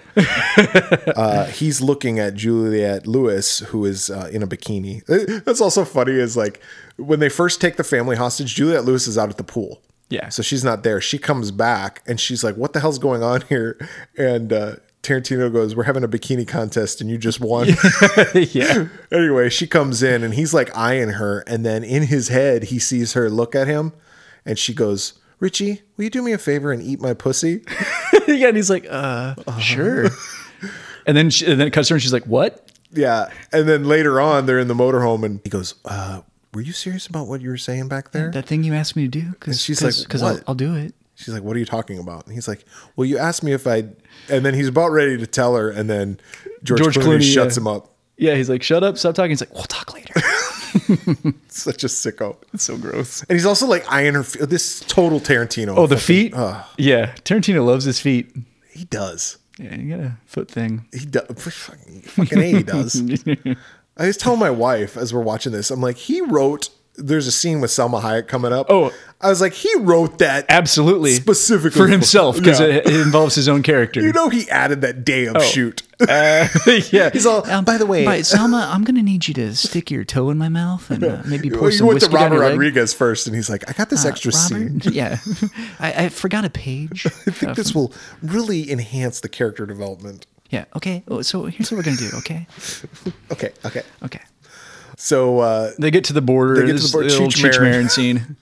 S3: uh, he's looking at Juliet Lewis, who is uh, in a bikini. Uh, That's also funny. Is like when they first take the family hostage, Juliet Lewis is out at the pool.
S1: Yeah.
S3: So she's not there. She comes back and she's like, "What the hell's going on here?" And uh, Tarantino goes, "We're having a bikini contest, and you just won."
S1: [laughs] yeah, [laughs]
S3: anyway, she comes in and he's like eyeing her, and then in his head he sees her look at him, and she goes, "Richie, will you do me a favor and eat my pussy?" [laughs]
S1: yeah. And he's like, "Uh, sure." And then she, and then it cuts her, and she's like, "What?"
S3: yeah, and then later on they're in the motorhome, and he goes, "Uh, were you serious about what you were saying back there?"
S1: That thing you asked me to do? Because
S3: she's like,
S1: because I'll,
S3: "What?"
S1: I'll do it."
S3: She's like, "What are you talking about?" And he's like, "Well, you asked me if I," and then he's about ready to tell her, and then George,
S1: George
S3: Clooney,
S1: Clooney,
S3: shuts
S1: yeah.
S3: him up. [laughs]
S1: Yeah, he's like, "Shut up, stop talking." He's like, "We'll talk later."
S3: Such a sicko.
S1: it's so gross.
S3: And he's also like eyeing her. fe- This is total Tarantino. uh,
S1: Oh, the feet. yeah, Tarantino loves his feet.
S3: He does.
S1: Yeah, you got a foot thing.
S3: He does. Fucking, fucking a, he does. I was telling my wife as we're watching this, I'm like, he wrote. There's a scene with Selma Hayek coming up.
S1: Oh.
S3: I was like, he wrote that.
S1: Absolutely.
S3: Specifically
S1: for himself because
S3: Yeah.
S1: it, it involves his own character.
S3: You know, he added that day of shoot.
S1: [laughs] yeah.
S3: [laughs] He's all.
S1: um,
S3: by the way,
S4: But Selma, I'm gonna need you to stick your toe in my mouth and
S3: [laughs]
S4: uh, maybe pour
S3: you
S4: some
S3: went to
S4: whiskey down
S3: Robert
S4: your leg. Uh,
S3: Rodriguez first, and he's like, I got
S1: Uh,
S3: this extra scene.
S4: Robert, [laughs] yeah, I, I forgot a
S3: [laughs]
S4: page.
S3: I think this will really enhance the character development.
S4: Yeah, okay. Oh, So here's what we're gonna do. Okay,
S3: Okay, okay.
S4: okay.
S3: So uh, [laughs]
S1: They get to the border.
S3: They get to
S1: this
S3: the border.
S1: little
S3: Cheech
S1: Cheech
S3: Marin.
S1: Marin
S3: [laughs]
S1: scene.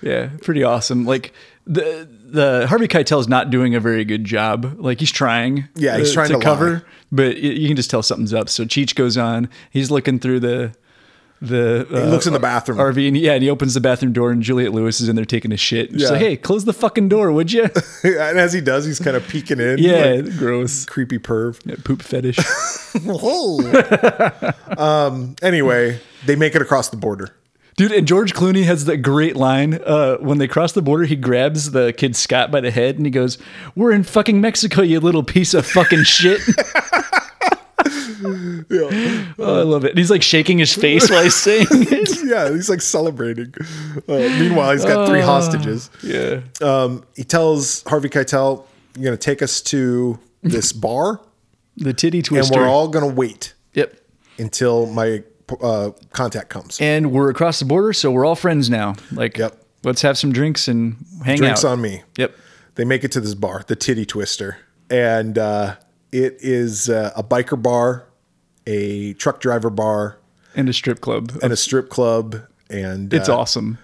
S1: Yeah, pretty awesome. Like the the Harvey Keitel's not doing a very good job. Like he's trying.
S3: Yeah, he's
S1: uh,
S3: trying
S1: to,
S3: to
S1: cover,
S3: lie.
S1: but you, you can just tell something's up. So Cheech goes on. He's looking through the the. Uh,
S3: looks in the bathroom.
S1: RV, and yeah, and he opens the bathroom door, and Juliet Lewis is in there taking a shit. And She's
S3: Yeah.
S1: like, "Hey, close the fucking door, would
S3: [laughs]
S1: you?"
S3: and as he does, he's kind of peeking in.
S1: yeah,
S3: like,
S1: gross.
S3: creepy perv.
S1: Yeah, poop fetish.
S3: um. [laughs] Anyway, they make it across the border.
S1: Dude, and George Clooney has that great line. Uh, when they cross the border, he grabs the kid Scott [laughs] by the head and he goes, We're in fucking Mexico, you little piece of fucking shit. Oh, I love it. And he's like shaking his face while he's
S3: [laughs]
S1: saying it.
S3: yeah, he's like celebrating. Uh, meanwhile, he's got
S1: Uh.
S3: three hostages.
S1: Yeah.
S3: Um, he tells Harvey Keitel, "You're gonna take us to
S1: [laughs]
S3: this bar,
S1: The titty
S3: and
S1: twister.
S3: we're all gonna wait
S1: Yep.
S3: until my uh, contact comes.
S1: And we're across the border, so we're all friends now. Like,
S3: Yep.
S1: let's have some drinks and hang
S3: Drinks
S1: out.
S3: on me."
S1: Yep.
S3: They make it to this bar, the Titty Twister, and uh, it is uh, a biker bar, a truck driver bar,
S1: And a strip club.
S3: and a strip club. And
S1: It's
S3: uh, [laughs]
S1: awesome.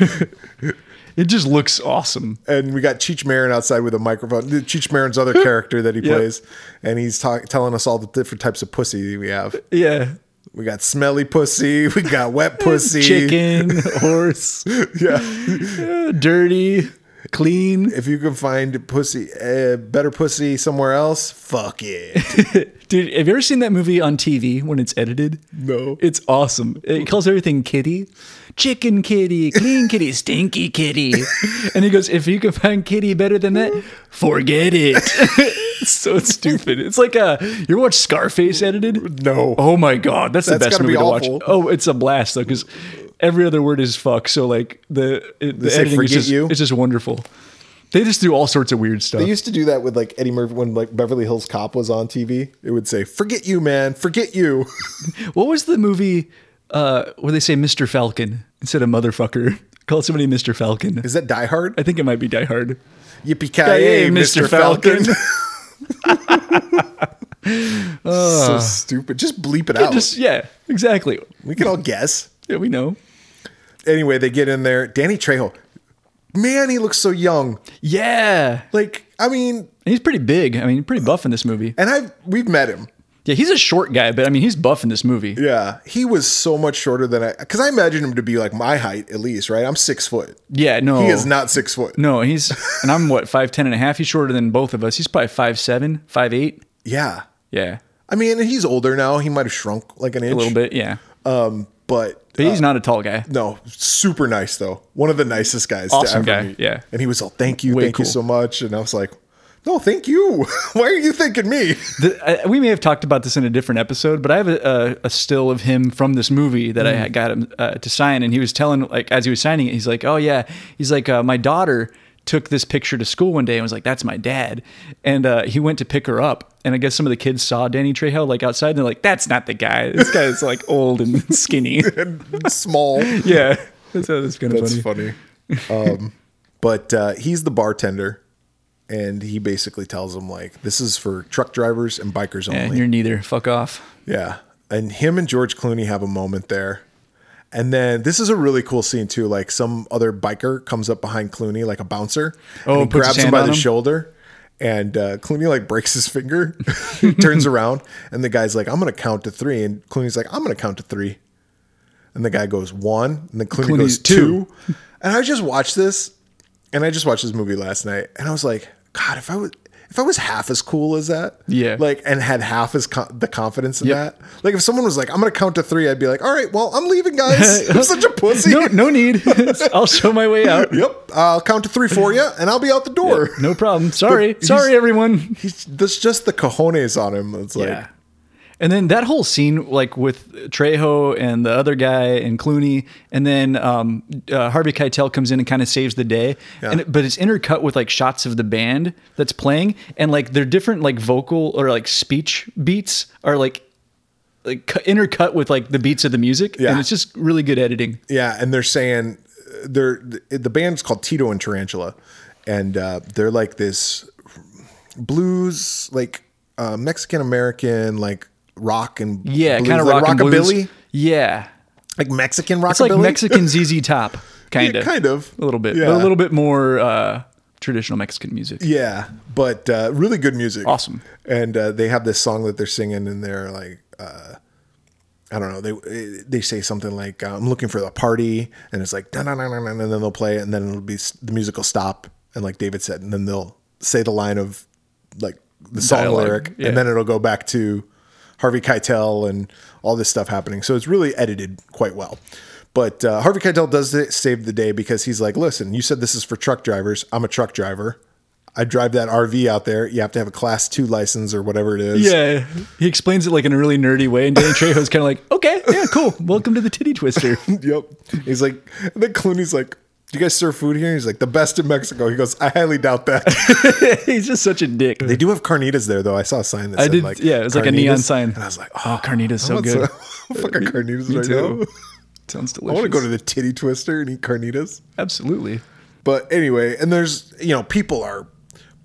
S1: it just looks awesome.
S3: and we got Cheech Marin outside with a microphone. Cheech Marin's [laughs] other character that he
S1: Yep.
S3: plays, and he's talk, telling us all the different types of pussy we have.
S1: Yeah.
S3: We got smelly pussy, [laughs] we got wet pussy,
S1: Chicken,
S3: [laughs]
S1: horse,
S3: Yeah,
S1: [laughs] dirty, clean.
S3: if you can find pussy, uh, better pussy somewhere else, fuck it.
S1: Dude, have you ever seen that movie on TV when it's edited?
S3: [laughs] No.
S1: It's awesome. It calls everything kitty. Chicken kitty, clean kitty, stinky kitty. And he goes, if you can find kitty better than that, forget it. [laughs] it's so stupid. It's like uh you ever watch Scarface edited?
S3: No.
S1: Oh my god, that's,
S3: That's
S1: the best
S3: gotta be
S1: movie to watch.
S3: awful.
S1: Oh, it's a blast though, because every other word is fuck. So like the it, the
S3: say
S1: editing is
S3: forget
S1: just
S3: you?
S1: it's just wonderful. They just do all sorts of weird stuff.
S3: They used to do that with like Eddie Murphy when like Beverly Hills Cop was on TV. It would say, "Forget you, man, forget you."
S1: What was the movie uh, where they say Mr. Falcon instead of motherfucker? [laughs] Call somebody Mr. Falcon.
S3: [laughs] Is that Die
S1: I
S3: [laughs] Hard?
S1: think it might be Die Hard.
S3: Yippee ki yay,
S1: [laughs]
S3: Mr. Falcon. [laughs] so stupid. Just bleep it out.
S1: Just yeah, exactly.
S3: we can all guess.
S1: Yeah, we know.
S3: Anyway, they get in there. Danny Trejo, man, he looks so young.
S1: Yeah,
S3: Like, I mean,
S1: and he's pretty big. I mean, pretty buff in this movie.
S3: and I've we've met him.
S1: Yeah, he's a short guy, but I mean, he's buff in this movie.
S3: Yeah, he was so much shorter than I, because I imagine him to be like my height at least, right? I'm six foot.
S1: Yeah, no,
S3: He is not six foot.
S1: Oh. No, he's and I'm what five ten and a half. He's shorter than both of us. He's probably five seven, five eight.
S3: Yeah,
S1: Yeah,
S3: I mean, he's older now. He might have shrunk like an inch,
S1: a little bit. Yeah,
S3: but
S1: but he's not a tall guy.
S3: No, super nice though. One of the nicest guys.
S1: Awesome
S3: to ever
S1: guy,
S3: Meet.
S1: yeah.
S3: And he was all, "Thank you,
S1: Way
S3: thank you
S1: cool.
S3: so much." And I was like, "No, thank you. [laughs] Why are you thanking me?" [laughs]
S1: The, I, we may have talked about this in a different episode, but I have a, a, a still of him from this movie that
S3: Mm.
S1: I got him uh, to sign, and he was telling like as he was signing it, he's like, "Oh yeah," he's like, uh, "My daughter took this picture to school one day and was like, that's my dad," and uh, he went to pick her up, and I guess some of the kids saw Danny Trejo like outside, and they're like, "That's not the guy. This guy's like old and [laughs]
S3: [laughs]
S1: skinny."
S3: Small.
S1: yeah, that's, uh, that's kind of
S3: That's
S1: funny.
S3: funny. [laughs] um, but uh, he's the bartender, and he basically tells him like, "This is for truck drivers and bikers
S1: And
S3: only."
S1: you're neither. Fuck
S3: [laughs]
S1: off.
S3: Yeah. And him and George Clooney have a moment there. And then this is a really cool scene too. Like some other biker comes up behind Clooney, like a bouncer,
S1: Oh,
S3: and he
S1: puts his
S3: grabs him
S1: hand
S3: by
S1: on
S3: the
S1: him?
S3: shoulder, and uh, Clooney like breaks his finger, [laughs] He turns around, and the guy's like, "I'm gonna count to three. and Clooney's like, "I'm gonna count to three. and the guy goes one, and then Clooney,
S1: Clooney,
S3: goes two.
S1: two.
S3: and I just watched this, and I just watched this movie last night, and I was like, God, if I was if I was half as cool as that,
S1: Yeah.
S3: like, and had half as co- the confidence in
S1: Yep.
S3: that, like, if someone was like, I'm gonna count to three, I'd be like, All right, well, I'm
S1: [laughs]
S3: leaving, guys. I'm such a pussy.
S1: No, no need. [laughs] I'll show my way out.
S3: [laughs] Yep, I'll count to three for you, and I'll be out the door.
S1: No problem. Sorry,
S3: But he's-
S1: sorry, everyone.
S3: [laughs] He's that's just the cojones on him. It's like,
S1: yeah. And then that whole scene, like with Trejo and the other guy and Clooney, and then um, uh, Harvey Keitel comes in and kind of saves the day. And it- but it's intercut with like shots of the band that's playing, and like their different like vocal or like speech beats are like like cu- intercut with like the beats of the music,
S3: Yeah.
S1: and it's just really good editing.
S3: Yeah, and they're saying they're the band's called Tito and Tarantula, and uh, they're like this blues, like uh, Mexican American, like rock and
S1: Yeah,
S3: blues,
S1: kind of
S3: like
S1: rock and blues.
S3: rockabilly,
S1: Yeah,
S3: like Mexican rockabilly.
S1: it's like Mexican ZZ
S3: [laughs]
S1: Top, kind of,
S3: kind of.
S1: a little bit,
S3: Yeah.
S1: but a little bit more uh, traditional Mexican music.
S3: Yeah, but uh, really good music.
S1: Awesome.
S3: And uh, they have this song that they're singing, and they're like, uh, I don't know. They they say something like, "I'm looking for the party," and it's like, "Dun, dun, dun, dun, dun," and then they'll play, it, and then it'll be s- the musical stop, and like David said, and then they'll say the line of like the song
S1: Dialogue,
S3: lyric,
S1: yeah.
S3: and then it'll go back to Harvey Keitel and all this stuff happening. So it's really edited quite well. But uh, Harvey Keitel does th- save the day because he's like, listen, you said this is for truck drivers. I'm a truck driver. I drive that RV out there. You have to have a class two license or whatever it is.
S1: Yeah, he explains it like in a really nerdy way, and Danny Trejo's kind of like, okay, yeah, cool. Welcome to the titty twister.
S3: [laughs] Yep. He's like, and then Clooney's like, do you guys serve food here? He's like, the best in Mexico. He goes, I highly
S1: [laughs]
S3: doubt that.
S1: [laughs] He's just such a dick.
S3: they do have carnitas there, though. I saw a sign that
S1: I
S3: said,
S1: did,
S3: like,
S1: yeah, it was like a neon
S3: carnitas.
S1: sign.
S3: And I was like, oh,
S1: oh, carnitas so
S3: what's
S1: good.
S3: [laughs] fucking
S1: [laughs]
S3: carnitas
S1: Me
S3: right
S1: too.
S3: now.
S1: [laughs] Sounds
S3: I
S1: delicious.
S3: want to go to the titty twister and eat carnitas.
S1: absolutely.
S3: But anyway, and there's, you know, people are,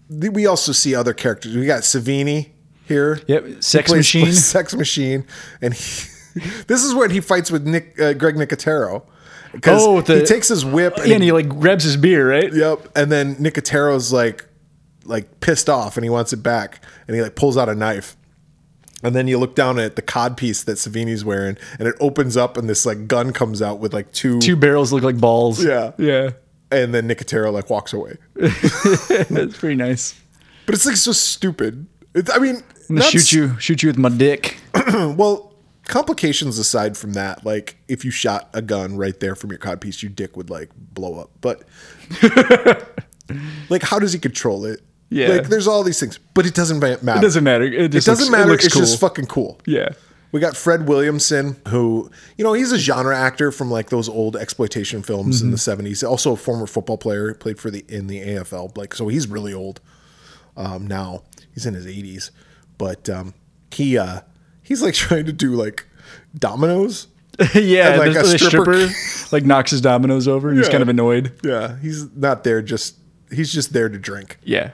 S3: we also see other characters. We got Savini here.
S1: Yep, sex
S3: He plays-
S1: machine.
S3: plays [laughs] Sex Machine. And he, [laughs] this is when he fights with Nick, uh, Greg Nicotero. Because
S1: Oh, the-
S3: he takes his whip and,
S1: Yeah, and he like grabs his beer, right?
S3: Yep. And then Nicotero's like like pissed off and he wants it back and he like pulls out a knife. And then you look down at the cod piece that Savini's wearing and it opens up and this like gun comes out with like two,
S1: Two barrels look like balls.
S3: Yeah.
S1: [laughs] yeah,
S3: and then Nicotero like walks away.
S1: that's pretty nice.
S3: But it's like so stupid. It, I mean,
S1: I'm gonna
S3: not
S1: shoot you, shoot you with my dick.
S3: Well, complications aside from that, like if you shot a gun right there from your codpiece, your dick would like blow up. But
S1: [laughs]
S3: like, how does he control it?
S1: Yeah.
S3: Like, there's all these things, but it doesn't ma- matter. It
S1: doesn't matter. It
S3: It,
S1: just
S3: doesn't
S1: looks- it
S3: matter.
S1: looks
S3: it's just
S1: cool.
S3: fucking cool.
S1: Yeah,
S3: We got Fred Williamson, who, you know, he's a genre actor from like those old exploitation films in the 70s. Also a former football player, played for the in the AFL. Like, so he's really old um, now. He's in his 80s. But um, he uh, he's like [laughs] trying to do like dominoes.
S1: [laughs] yeah.
S3: And, like,
S1: there's
S3: a
S1: the
S3: stripper-
S1: stripper, like knocks his dominoes over, and he's
S3: Yeah.
S1: kind of annoyed.
S3: Yeah, he's not there just he's just there to drink.
S1: Yeah,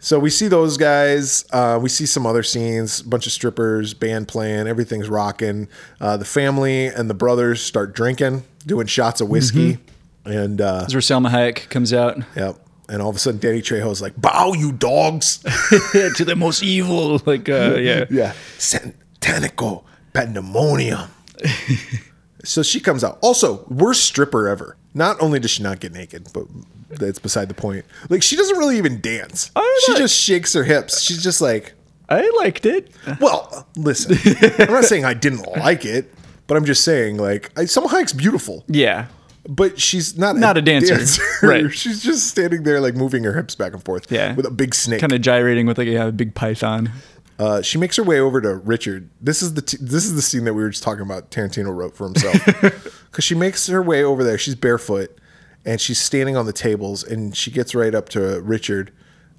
S3: So we see those guys. Uh, we see some other scenes, bunch of strippers, band playing, everything's rocking. Uh, the family and the brothers start drinking, doing shots of whiskey, and uh,
S1: that's where Selma Hayek comes out
S3: yep. And all of a sudden, Danny Trejo's like, "Bow, you dogs!"
S1: to the most evil. [laughs] Like, uh, yeah,
S3: [laughs] yeah, satanical pandemonium. [laughs] so she comes out. Also, worst stripper ever. Not only does she not get naked, but that's beside the point. Like she doesn't really even dance.
S1: I
S3: She
S1: like-
S3: just shakes her hips. She's just like.
S1: I liked it.
S3: Well, listen, I'm not saying I didn't like it, but I'm just saying like I, Selma Hayek's beautiful,
S1: Yeah,
S3: but she's not
S1: Not a dancer. Right.
S3: [laughs] she's just standing there like moving her hips back and forth.
S1: Yeah.
S3: with a big snake.
S1: kind of gyrating with like yeah, a big python.
S3: Uh, she makes her way over to Richard. This is the t- this is the scene that we were just talking about. Tarantino wrote for
S1: [laughs]
S3: himself because she makes her way over there. She's barefoot and she's standing on the tables, and she gets right up to Richard,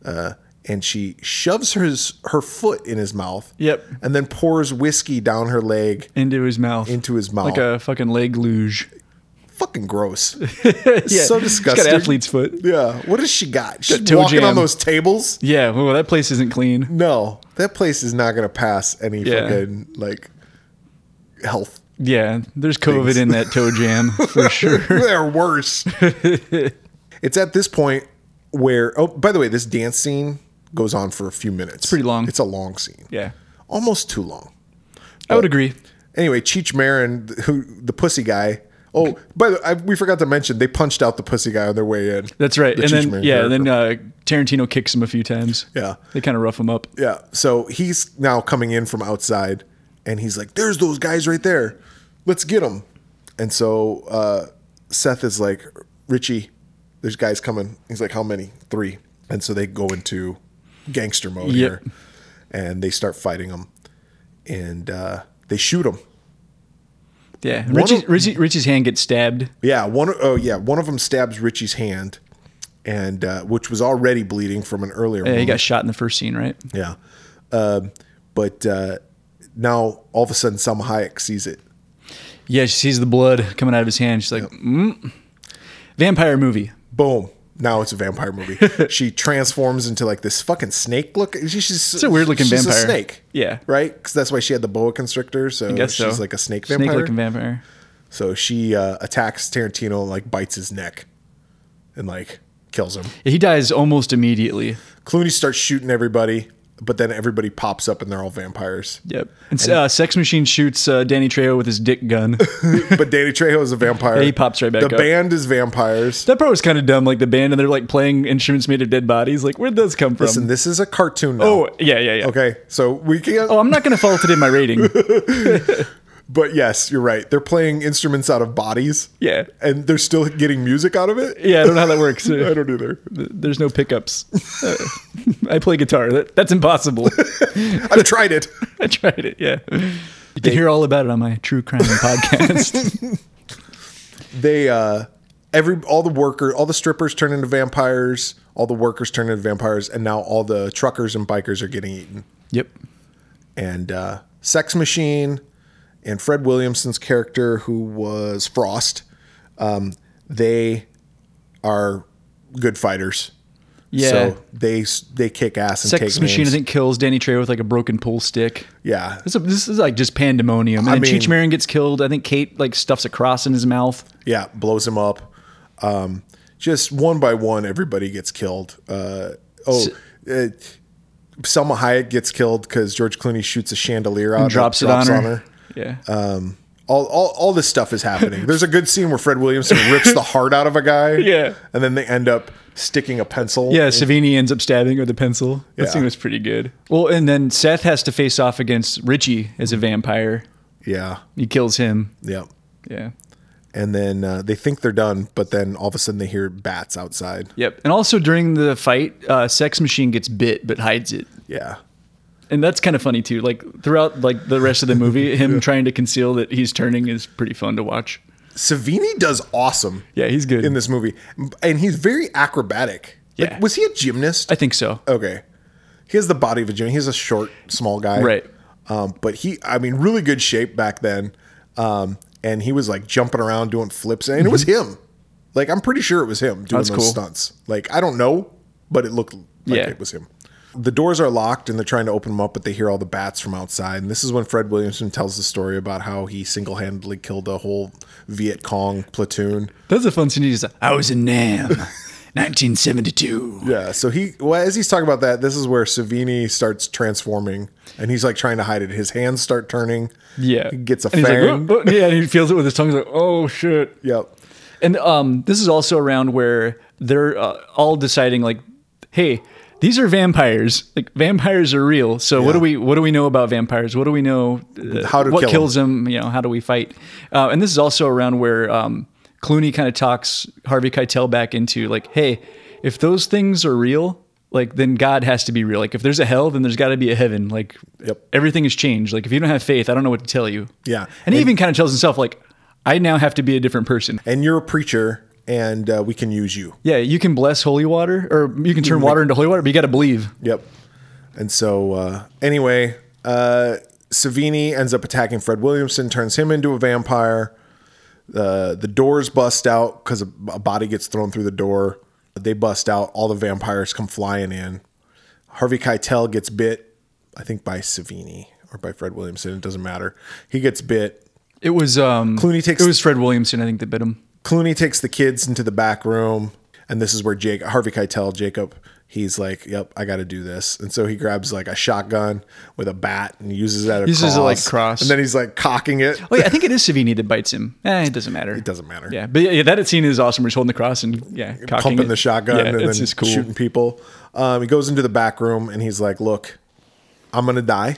S3: uh, and she shoves her her foot in his mouth.
S1: Yep.
S3: and then pours whiskey down her leg.
S1: Into his mouth.
S3: Into his mouth.
S1: Like a fucking leg luge.
S3: Fucking gross. [laughs]
S1: [laughs]
S3: It's so disgusting.
S1: She's got athlete's foot.
S3: Yeah. What has she got? She's
S1: toe
S3: walking on
S1: jam.
S3: those tables.
S1: Yeah, well, that place isn't clean.
S3: No, that place is not gonna pass any
S1: Yeah.
S3: fucking like health. [laughs]
S1: Yeah, there's COVID in that toe jam for sure. [laughs]
S3: They're worse. it's at this point where oh, by the way, this dance scene goes on for a few minutes. It's
S1: pretty long.
S3: It's a long scene.
S1: Yeah,
S3: Almost too long.
S1: I would agree.
S3: Anyway, Cheech Marin, who the pussy guy. Oh, by the I, we forgot to mention they punched out the pussy guy on their way in.
S1: That's right.
S3: The
S1: and
S3: Cheech
S1: then
S3: Marin
S1: yeah,
S3: character.
S1: then uh, Tarantino kicks him a few times.
S3: Yeah.
S1: they kind of rough him up.
S3: Yeah. So he's now coming in from outside and he's like, there's those guys right there. Let's get them. And so uh, Seth is like, Richie, there's guys coming. He's like, how many? Three. And so they go into gangster
S1: Yep.
S3: mode here and they start fighting them and uh, they shoot them.
S1: Yeah, Richie's,
S3: of-
S1: Richie, Richie's hand gets stabbed.
S3: Yeah, one oh yeah, one of them stabs Richie's hand, and uh, which was already bleeding from an earlier.
S1: Yeah, he
S3: wound.
S1: got shot in the first scene, right?
S3: Yeah. Um, but uh, now all of a sudden, Selma Hayek sees it.
S1: Yeah, she sees the blood coming out of his hand. She's like, mm. vampire movie.
S3: Boom. Now it's a
S1: [laughs]
S3: vampire movie. she transforms into like this fucking snake look. She- She's
S1: It's a weird-looking
S3: she's A
S1: vampire.
S3: snake.
S1: Yeah.
S3: Right? Because that's why she had the boa constrictor. So
S1: Guess
S3: Oh, she's
S1: so.
S3: like a snake vampire.
S1: Snake-looking vampire.
S3: so she uh, attacks Tarantino and like bites his neck and like kills him.
S1: He dies almost immediately.
S3: Clooney starts shooting everybody, but then everybody pops up and they're
S1: [laughs]
S3: all vampires.
S1: Yep. And uh, Sex Machine shoots uh, Danny Trejo with his dick
S3: [laughs]
S1: gun.
S3: but Danny Trejo is a vampire.
S1: Yeah, he pops right back
S3: The
S1: up.
S3: band is vampires.
S1: that part was kind of dumb. Like the band and they're like playing instruments made of dead bodies. Like where'd those come from?
S3: Listen, this is a cartoon. Now.
S1: oh yeah, yeah, yeah.
S3: okay. So we can. [laughs]
S1: Oh, I'm not gonna fault it in my rating.
S3: But yes, you're right. They're playing instruments out of bodies.
S1: Yeah.
S3: And they're still getting music out of it.
S1: Yeah, I don't know how that works.
S3: [laughs] I don't either.
S1: There's no pickups. Uh, [laughs] I play guitar. That, that's impossible.
S3: [laughs] I've tried it. [laughs]
S1: I tried it. Yeah. You can hear all about it on my true
S3: [laughs]
S1: crime podcast.
S3: They uh every all the worker all the strippers turn into vampires, all the workers turn into vampires, and now all the truckers and bikers are getting eaten.
S1: yep.
S3: And uh Sex Machine and Fred Williamson's character who was Frost, um, they are good fighters.
S1: Yeah.
S3: So they they kick ass and
S1: Sex
S3: take
S1: Machine,
S3: names.
S1: I think, kills Danny Trejo with like a broken pool stick.
S3: Yeah.
S1: This is, this is like just pandemonium. And
S3: I
S1: then
S3: mean-
S1: Cheech Marin gets killed. I think Kate like stuffs a cross in his mouth.
S3: Yeah, blows him up. Um, just one by one, everybody gets killed. Uh, oh, uh, Selma Hayek gets killed because George Clooney shoots a chandelier out and
S1: drops it on her. Yeah.
S3: Uh, All, all, all this stuff is happening. There's a good scene where Fred Williamson rips the heart out of a guy.
S1: [laughs] Yeah.
S3: And then they end up sticking a pencil.
S1: yeah, Savini ends up stabbing her with a pencil. That
S3: Yeah.
S1: scene was pretty good. Well, and then Seth has to face off against Richie as a vampire.
S3: Yeah.
S1: He kills him.
S3: Yeah.
S1: Yeah.
S3: And then uh, they think they're done, but then all of a sudden they hear bats outside.
S1: Yep. And also during the fight, uh, Sex Machine gets bit but hides it.
S3: Yeah.
S1: And that's kind of funny too. Like throughout like the rest of the movie,
S3: [laughs]
S1: him trying to conceal that he's turning is pretty fun to watch.
S3: Savini does awesome.
S1: Yeah, he's good.
S3: in this movie, and he's very acrobatic. Like,
S1: Yeah.
S3: was he a gymnast?
S1: I think so.
S3: okay, he has the body of a gymnast. He's a short, small guy,
S1: Right.
S3: Um, but he, I mean, really good shape back then. Um, and he was like jumping around doing flips, and it was him. Like I'm pretty sure it was him doing
S1: Mm-hmm. That's
S3: those
S1: cool.
S3: stunts. Like I don't know, but it looked like
S1: Yeah.
S3: it was him. The doors are locked and they're trying to open them up, but they hear all the bats from outside. And this is when Fred Williamson tells the story about how he single handedly killed a whole Viet Cong platoon.
S1: That's a fun scene. He's like,
S4: I was in Nam, 1972.
S3: Yeah, so he well as he's talking about that, this is where Savini starts transforming, and he's like trying to hide it. His hands start turning.
S1: yeah.
S3: he gets a
S1: and he's like,
S3: fan.
S1: "Whoop, whoop," yeah, and he feels it with his tongue. He's like, oh shit.
S3: Yep.
S1: And um, this is also around where they're uh, all deciding like, hey, these are vampires. Like vampires are real. So what do we what do we know about vampires? What do we know? uh,
S3: How to
S1: what
S3: kill 'em.
S1: kills them? You know, how do we fight? Uh, and this is also around where um, Clooney kind of talks Harvey Keitel back into like, hey, if those things are real. Like then God has to be real. Like if there's a hell, then there's got to be a heaven. Like
S3: Yep.
S1: everything has changed. Like if you don't have faith, I don't know what to tell you.
S3: Yeah.
S1: and he even kind of tells himself like, I now have to be a different person.
S3: And you're a preacher, and uh, we can use you.
S1: Yeah, you can bless holy water, or you can turn water into holy water, but you got to believe.
S3: Yep. And so uh, anyway, uh, Savini ends up attacking Fred Williamson, turns him into a vampire. Uh, the doors bust out because a, a body gets thrown through the door. They bust out. All the vampires come flying in. Harvey Keitel gets bit, I think by Savini or by Fred Williamson. It doesn't matter. He gets bit.
S1: It was um,
S3: Clooney takes-
S1: It was Fred Williamson, I think, that bit him.
S3: Clooney takes the kids into the back room, and this is where Jake Harvey Keitel, Jacob, he's like, "Yep, I got to do this," and so he grabs like a shotgun with a bat and uses that.
S1: Uses it like cross.
S3: and then he's like cocking it.
S1: Oh yeah, I think it is Savini that bites him. [laughs] Eh, it doesn't matter. It
S3: doesn't matter.
S1: Yeah, but yeah, that scene is awesome. Where he's holding the cross and yeah, cocking
S3: pumping
S1: it.
S3: the shotgun
S1: Yeah,
S3: and then
S1: it's just cool.
S3: shooting people. Um, he goes into the back room and he's like, "Look, I'm gonna die.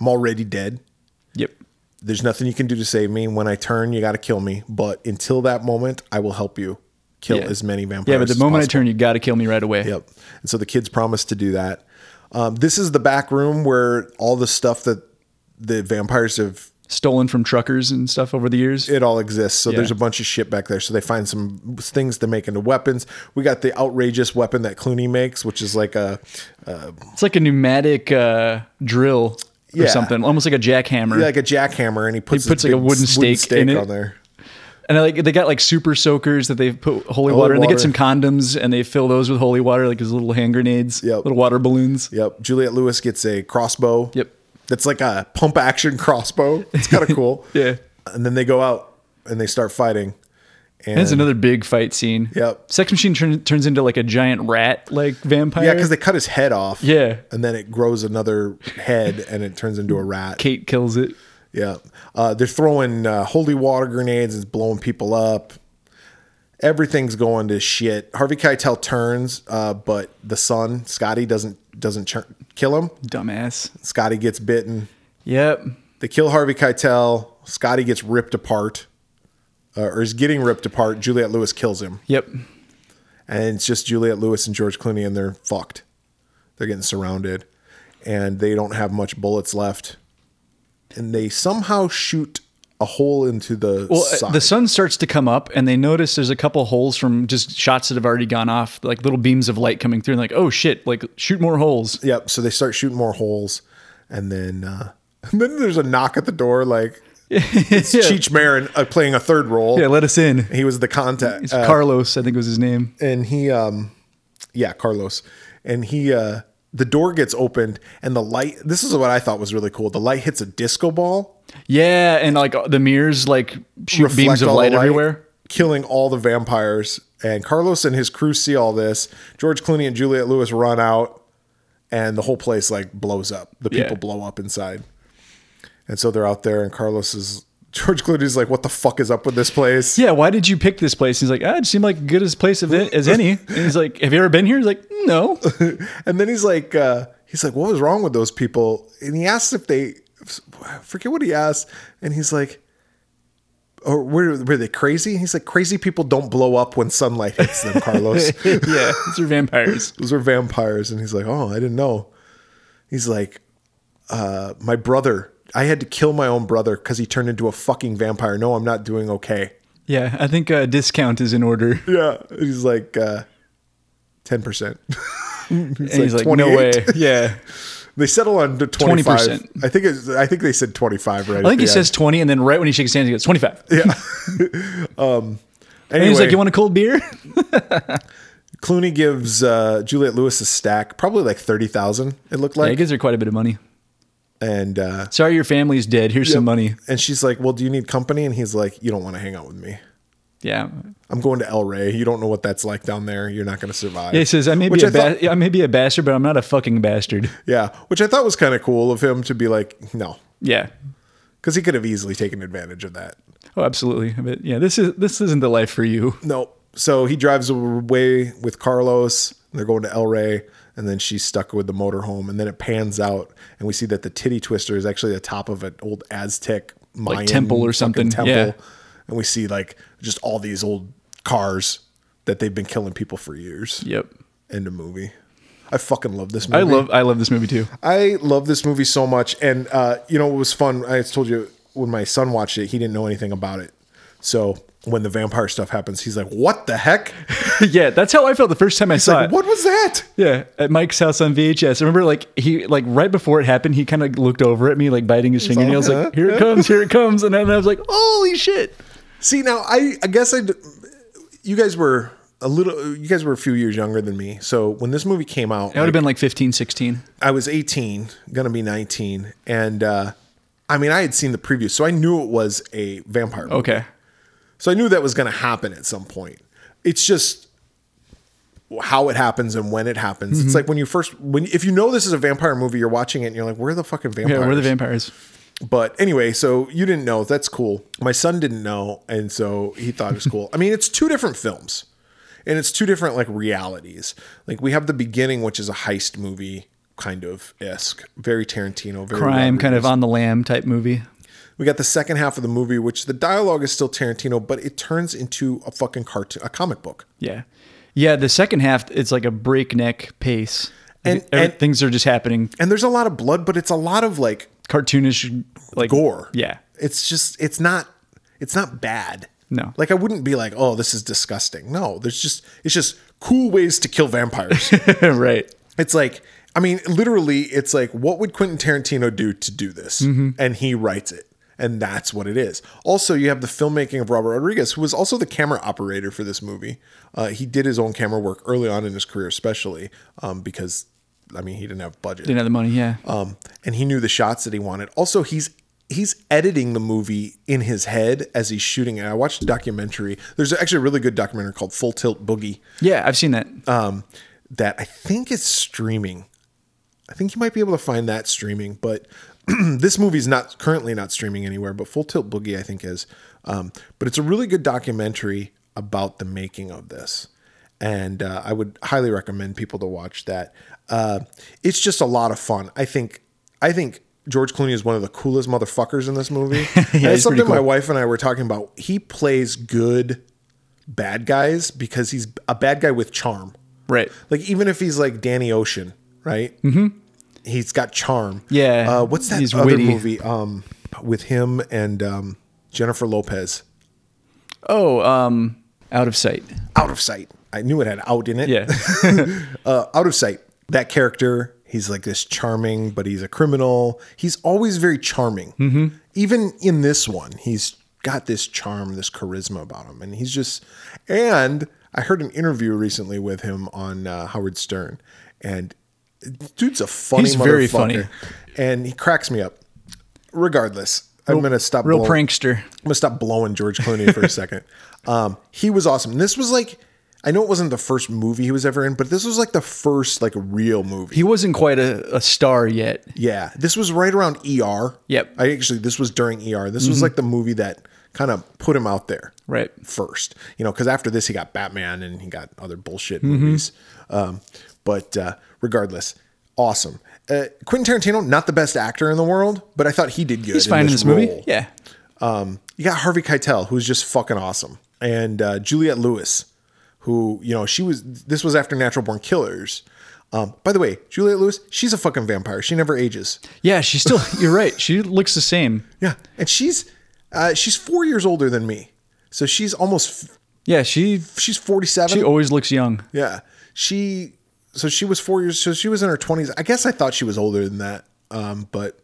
S3: I'm already dead.
S1: Yep.
S3: There's nothing you can do to save me. When I turn, you got to kill me. But until that moment, I will help you kill
S1: Yeah.
S3: as many vampires."
S1: Yeah, but the
S3: as
S1: moment I
S3: possible.
S1: turn, you got to kill me right away.
S3: Yep. And so the kids promised to do that. Um, this is the back room where all the stuff that the vampires have
S1: Stolen from truckers and stuff over the years.
S3: it all exists. So
S1: Yeah.
S3: there's a bunch of shit back there. So they find some things to make into weapons. We got the outrageous weapon that Clooney makes, which is like a
S1: It's like a pneumatic uh, drill or
S3: Yeah.
S1: something, almost like a jackhammer.
S3: like a jackhammer, and he puts,
S1: puts,
S3: this
S1: like, a
S3: big
S1: wooden
S3: s-
S1: stake in it.
S3: on there.
S1: And I like they got like super soakers that they put holy, water, and they
S3: water.
S1: get some condoms and they fill those with holy water, like his little hand grenades,
S3: Yep.
S1: little water balloons.
S3: Yep. Juliet Lewis gets a crossbow.
S1: Yep.
S3: That's like a pump action [laughs] crossbow. It's kind of cool.
S1: [laughs] Yeah.
S3: And then they go out and they start fighting. And
S1: That's another big fight scene.
S3: Yep.
S1: Sex Machine turn, turns into like a giant rat like vampire.
S3: Yeah, because they cut his head off.
S1: Yeah.
S3: And then it grows another head and it turns into a rat.
S1: Kate kills it.
S3: Yeah. Uh, they're throwing uh, holy water grenades. It's blowing people up. Everything's going to shit. Harvey Keitel turns, uh, but the son, Scotty, doesn't doesn't chur- kill him.
S1: Dumbass.
S3: Scotty gets bitten.
S1: Yep.
S3: They kill Harvey Keitel. Scotty gets ripped apart, uh, or is getting ripped apart. Juliet Lewis kills him,
S1: Yep.
S3: and it's just Juliet Lewis and George Clooney, and they're fucked. They're getting surrounded, and they don't have much bullets left, and they somehow shoot a hole into the
S1: Well, uh,
S3: side.
S1: the sun starts to come up, and they notice there's a couple holes from just shots that have already gone off, like little beams of light coming through, and like, oh shit, like shoot more holes.
S3: Yep. So they start shooting more holes, and then uh, [laughs] and then there's a knock at the door.
S1: [laughs]
S3: Like it's Cheech Marin uh, playing a third role.
S1: Yeah, let us in.
S3: he was the contact,
S1: It's
S3: uh,
S1: Carlos, I think was his name.
S3: and he, um, yeah, Carlos, and he. Uh, the door gets opened, and the light. This is what I thought was really cool. The light hits a disco ball,
S1: Yeah, and like the mirrors like shoot
S3: reflect
S1: beams of
S3: all the
S1: light, everywhere.
S3: killing all the vampires. And Carlos and his crew see all this. George Clooney and Juliet Lewis run out, and the whole place like blows up. The
S1: Yeah.
S3: people blow up inside, and so they're out there. And Carlos is [laughs] George Clooney's like, "What the fuck is up with this place?"
S1: Yeah, why did you pick this place? He's like, ah, it seemed like good as place of it as any. And he's like, have you ever been here? He's like,
S3: [laughs]
S1: no.
S3: And then he's like, uh, he's like, "What was wrong with those people?" And he asks if they I forget what he asked, and he's like. Or were, were they crazy? And He's like, crazy people don't blow up when sunlight hits
S1: [laughs]
S3: them, Carlos.
S1: yeah, these are vampires.
S3: those are vampires. And he's like, oh, I didn't know. He's like, uh, my brother, I had to kill my own brother because he turned into a fucking vampire. No, I'm not doing okay.
S1: Yeah, I think uh, discount is in order.
S3: Yeah. And he's like, uh, [laughs] 10%.
S1: and he's
S3: like
S1: like, no way.
S3: [laughs] 28.
S1: Yeah.
S3: They settle on the 25.
S1: 20%.
S3: I think it's, I think they said 25 right
S1: I think he says 20, and then right when he shakes his hands, he goes, 25. And
S3: anyway,
S1: he's like, you want a cold beer?
S3: Clooney gives uh, Juliet Lewis a stack, probably like 30,000, it looked
S1: yeah, he
S3: [laughs] like.
S1: gives her quite a bit of money.
S3: and uh,
S1: Sorry your family's dead. Here's some money.
S3: and she's like, well, do you need company? And he's like, you don't want to hang out with me.
S1: Yeah.
S3: I'm going to El Rey. You don't know what that's like down there. You're not going to survive.
S1: Yeah, he says, I may, be
S3: Which
S1: a
S3: I thought-
S1: ba- I may be a bastard, but I'm not a fucking
S3: [laughs]
S1: bastard.
S3: Yeah, which I thought was kind of cool of him to be like, no,
S1: Yeah.
S3: because he could have easily taken advantage of that.
S1: Oh, absolutely. But yeah, this is this isn't the life for you.
S3: No. So he drives away with Carlos. And they're going to El Rey, and then she's stuck with the motorhome. And then it pans out, and we see that the titty twister is actually the top of an old Aztec Mayan
S1: temple or
S3: fucking
S1: something, yeah.
S3: And we see like just all these old cars that they've been killing people for years.
S1: Yep.
S3: End of movie. I fucking love this
S1: I
S3: movie.
S1: love I love this movie too.
S3: I love this movie so much, and uh, you know it was fun. I told you when my son watched it, he didn't know anything about it. So when the vampire stuff happens, he's like, "What the heck?
S1: [laughs]
S3: [laughs]
S1: yeah, that's how I felt the first time I saw
S3: Like,
S1: it.
S3: what was that?"
S1: Yeah, at Mike's house on VHS. I remember like he like right before it happened, he kind of looked over at me like biting his fingernails,
S3: "Huh?
S1: like here it comes, here it comes, and then I was like, holy shit.
S3: See, now I, I guess I, d- you guys were a little, you guys were a few years younger than me. So when this movie came out,
S1: That would have been like 15, 16.
S3: I was 18, gonna be 19, and uh, I mean I had seen the preview, so I knew it was a vampire. Movie.
S1: Okay.
S3: So I knew that was going to happen at some point. It's just how it happens and when it happens.
S1: Mm-hmm.
S3: It's like when you first when if you know this is a vampire movie, you're watching it and you're like, "Where are the fucking vampires?"
S1: Yeah, we're the vampires.
S3: But anyway, so you didn't know. That's cool. My son didn't know, and so he thought it
S1: [laughs]
S3: was cool. I mean, it's two different films, and it's two different like realities. Like we have the beginning, which is a heist movie kind of esque, very Tarantino, very
S1: Crime, kind
S3: Rodriguez.
S1: of on the lamb type movie.
S3: We got the second half of the movie, which the dialogue is still Tarantino, but it turns into a fucking cartoon, a comic book.
S1: Yeah. Yeah, the second half, it's like a breakneck pace.
S3: And-
S1: Every-
S3: and-
S1: things are just happening
S3: And there's a lot of blood, but it's a lot of like
S1: cartoonish, like
S3: gore.
S1: Yeah.
S3: It's just it's not it's not bad.
S1: No.
S3: Like I wouldn't be like, "Oh, this is disgusting." No, there's just it's just cool ways to
S1: [laughs]
S3: kill vampires.
S1: [laughs] right.
S3: it's like I mean, literally it's like what would Quentin Tarantino do to do this?
S1: Mm-hmm.
S3: And he writes it. And that's what it is. Also, you have the filmmaking of Robert Rodriguez, who was also the camera operator for this movie. Uh, he did his own camera work early on in his career, especially um, because, I mean, he didn't have budget
S1: Didn't have the money. Yeah.
S3: um, and he knew the shots that he wanted. Also, he's he's editing the movie in his head as he's shooting it. I watched a documentary. There's actually a really good documentary called Full Tilt Boogie
S1: yeah, I've seen that.
S3: um, that I think is streaming. I think you might be able to find that streaming, but [clears throat] this movie's not currently not streaming anywhere. But Full Tilt Boogie, I think, is. Um, but it's a really good documentary about the making of this, and uh, I would highly recommend people to watch that. Uh, it's just a lot of fun. I think. I think George Clooney is one of the coolest motherfuckers in this
S1: [laughs]
S3: movie. and
S1: he's
S3: it's something
S1: pretty cool.
S3: my wife and I were talking about. He plays good bad guys because he's a bad guy with charm.
S1: Right.
S3: Like even if he's like Danny Ocean, right? Mm-hmm. He's got charm.
S1: Yeah,
S3: Uh, what's that
S1: he's
S3: other
S1: witty.
S3: movie? Um, with him and um, Jennifer Lopez.
S1: Oh, um, out of sight.
S3: Out of sight. I knew it had out in it.
S1: Yeah.
S3: Uh, out of sight. That character. He's like this charming, but he's a criminal. He's always very charming. Mm-hmm. Even in this one, he's got this charm, this charisma about him, and he's just. And I heard an interview recently with him on uh, Howard Stern, and dude's a funny.
S1: He's very
S3: motherfucker.
S1: funny.
S3: and he cracks me up. Regardless, I'm gonna
S1: [laughs]
S3: stop.
S1: Real
S3: blowing-
S1: prankster.
S3: I'm gonna stop blowing George
S1: [laughs]
S3: Clooney for a second. Um, he was awesome. This was like, I know it wasn't the first movie he was ever in, but this was like the first like real movie.
S1: He wasn't quite a, a star yet.
S3: yeah, this was right around ER.
S1: Yep. Mm-hmm.
S3: I actually this was during ER. This was like the movie that kind of put him out there
S1: Right.
S3: first, you know, because after this he got Batman and he got other bullshit
S1: Mm-hmm.
S3: movies. Um, but uh, regardless, awesome. Uh, Quentin Tarantino, not the best actor in the world, but I thought he did good.
S1: He's fine in this movie.
S3: role.
S1: Yeah.
S3: You got Harvey Keitel, who's just fucking awesome, and uh, Juliette Lewis, who you know she was. This was after Natural Born Killers. Um, by the way, Juliette Lewis, she's a fucking vampire. She never ages.
S1: Yeah, she's still, [laughs] you're right. She looks the same.
S3: Yeah, and she's uh, she's four years older than me, so she's almost f-
S1: Yeah, she
S3: she's forty seven.
S1: she always looks young.
S3: Yeah. She so she was four years so she was in her twenties. I guess I thought she was older than that. Um, but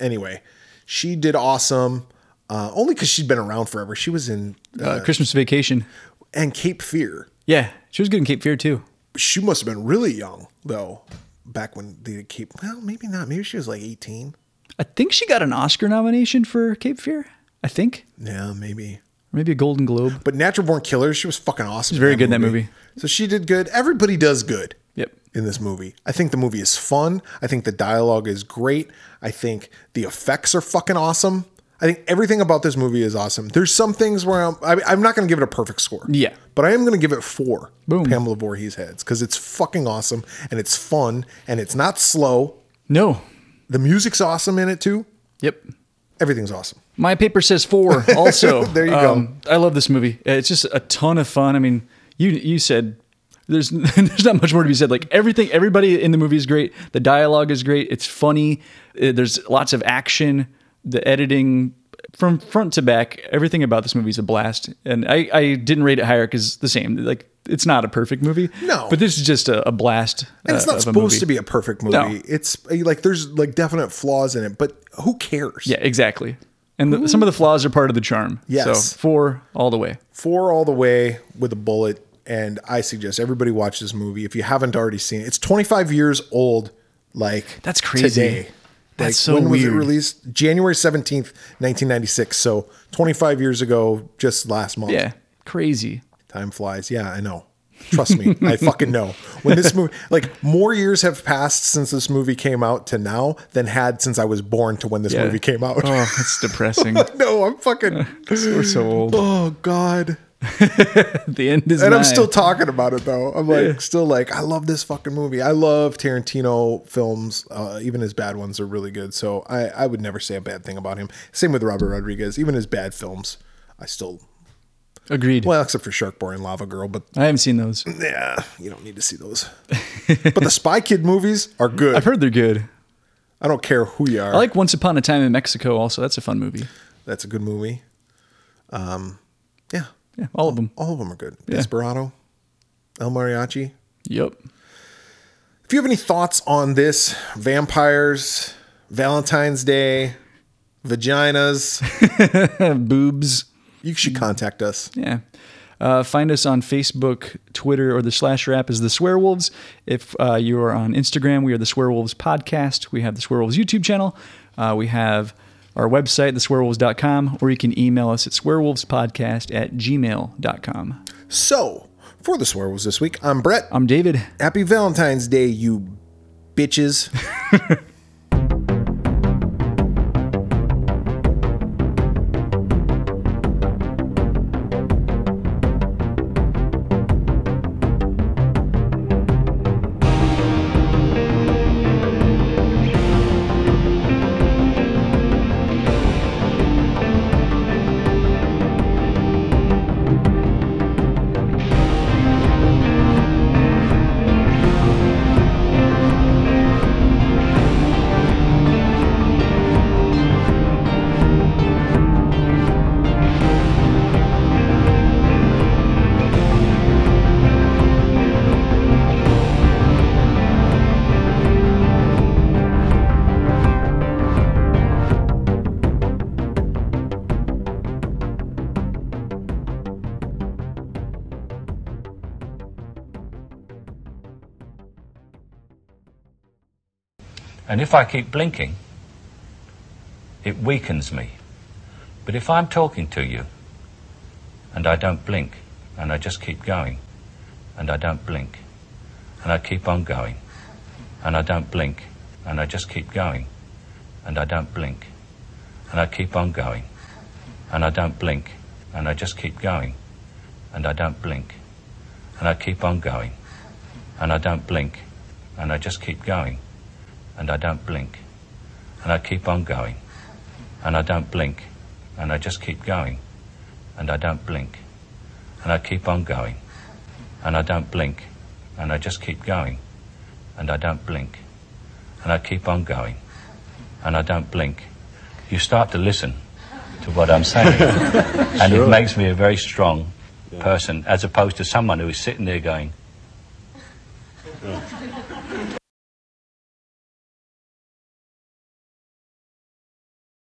S3: anyway, she did awesome. Uh, only because she'd been around forever. She was in
S1: Uh, Christmas Vacation.
S3: and Cape Fear.
S1: Yeah, she was good in Cape Fear too.
S3: She must have been really young though, back when the Cape. Well, maybe not. Maybe she was like eighteen.
S1: I think she got an Oscar nomination for Cape Fear. I think,
S3: Yeah, maybe.
S1: or maybe a Golden Globe.
S3: But Natural Born Killers, she was fucking awesome. She's
S1: very good in that movie.
S3: So she did good. Everybody does good.
S1: Yep.
S3: in this movie. I think the movie is fun. I think the dialogue is great. I think the effects are fucking awesome. I think everything about this movie is awesome. There's some things where I'm, I, I'm not going to give it a perfect score.
S1: Yeah.
S3: But I am going to give it four
S1: Boom.
S3: Pamela Voorhees heads because it's fucking awesome and it's fun and it's not slow.
S1: No.
S3: The music's awesome in it too.
S1: Yep.
S3: Everything's awesome.
S1: My paper says four. Also,
S3: [laughs] There you
S1: go. I love this movie. Uh, It's just a ton of fun. I mean, you you said there's [laughs] there's not much more to be said. Like everything, everybody in the movie is great. The dialogue is great. It's funny. Uh, There's lots of action. The editing from front to back, everything about this movie is a blast. And I I didn't rate it higher because the same. Like it's not a perfect movie.
S3: No.
S1: but this is just a, a blast.
S3: And it's
S1: uh,
S3: not
S1: of a
S3: supposed
S1: movie.
S3: to be a perfect movie.
S1: No.
S3: It's uh, like there's like definite flaws in it, but who cares?
S1: Yeah, exactly. And the, some of the flaws are part of the charm.
S3: Yes.
S1: So four all the way.
S3: four all the way with a bullet. And I suggest everybody watch this movie if you haven't already seen it. It's 25 years old. Like
S1: That's crazy.
S3: Today.
S1: That's
S3: Like,
S1: so
S3: when was it
S1: weird.
S3: released? January 17th, 1996. So 25 years ago, just last month.
S1: Yeah, crazy.
S3: Time flies. Yeah, I know. Trust me,
S1: [laughs]
S3: I fucking know. When this movie, like, more years have passed since this movie came out to now than had since I was born to when this
S1: Yeah.
S3: movie came out.
S1: Oh, [laughs] that's depressing.
S3: [laughs] no,
S1: [laughs]
S3: I'm fucking.
S1: We're so old.
S3: Oh God.
S1: [laughs] The end is.
S3: and
S1: nigh.
S3: I'm still talking about it though. I'm like still like I love this fucking movie. I love Tarantino films. Uh, even his bad ones are really good. So I I would never say a bad thing about him. Same with Robert Rodriguez. Even his bad films, I still
S1: agreed.
S3: well except for Sharkboy and Lava Girl, but
S1: I haven't seen those.
S3: yeah, you don't need to
S1: [laughs]
S3: see those. but the Spy Kid movies are good.
S1: I've heard they're good.
S3: I don't care who you are.
S1: I like Once Upon a Time in Mexico. Also, that's a fun movie.
S3: That's a good movie. Um, yeah,
S1: Yeah, all of them.
S3: all of them are good. Desperado, El Mariachi.
S1: Yep.
S3: If you have any thoughts on this, vampires, Valentine's Day, vaginas,
S1: Boobs.
S3: you should contact us.
S1: Yeah. Uh, find us on Facebook, Twitter, or the slash rap is the Swearwolves. If uh, you are on Instagram, we are the Swearwolves Podcast. We have the Swearwolves YouTube channel. Uh, we have our website, theswearwolves.com, or you can email us at swearwolvespodcast at gmail.com.
S3: So, for the swear was this week, I'm Brett.
S1: I'm David.
S3: Happy Valentine's Day, you bitches.
S5: And if I keep blinking, it weakens me. But if I'm talking to you and I don't blink and I just keep going and I don't blink and I keep on going and I don't blink and I just keep going and I don't blink and I keep on going and I don't blink and I just keep going and I don't blink and I keep on going and I don't blink and I just keep going and I don't blink and I keep on going and I don't blink and I just keep going and I don't blink and I keep on going and I don't blink and I just keep going and I don't blink and I keep on going and I don't blink you start to listen to what I'm saying and it makes me a very strong person as opposed to someone who is sitting there going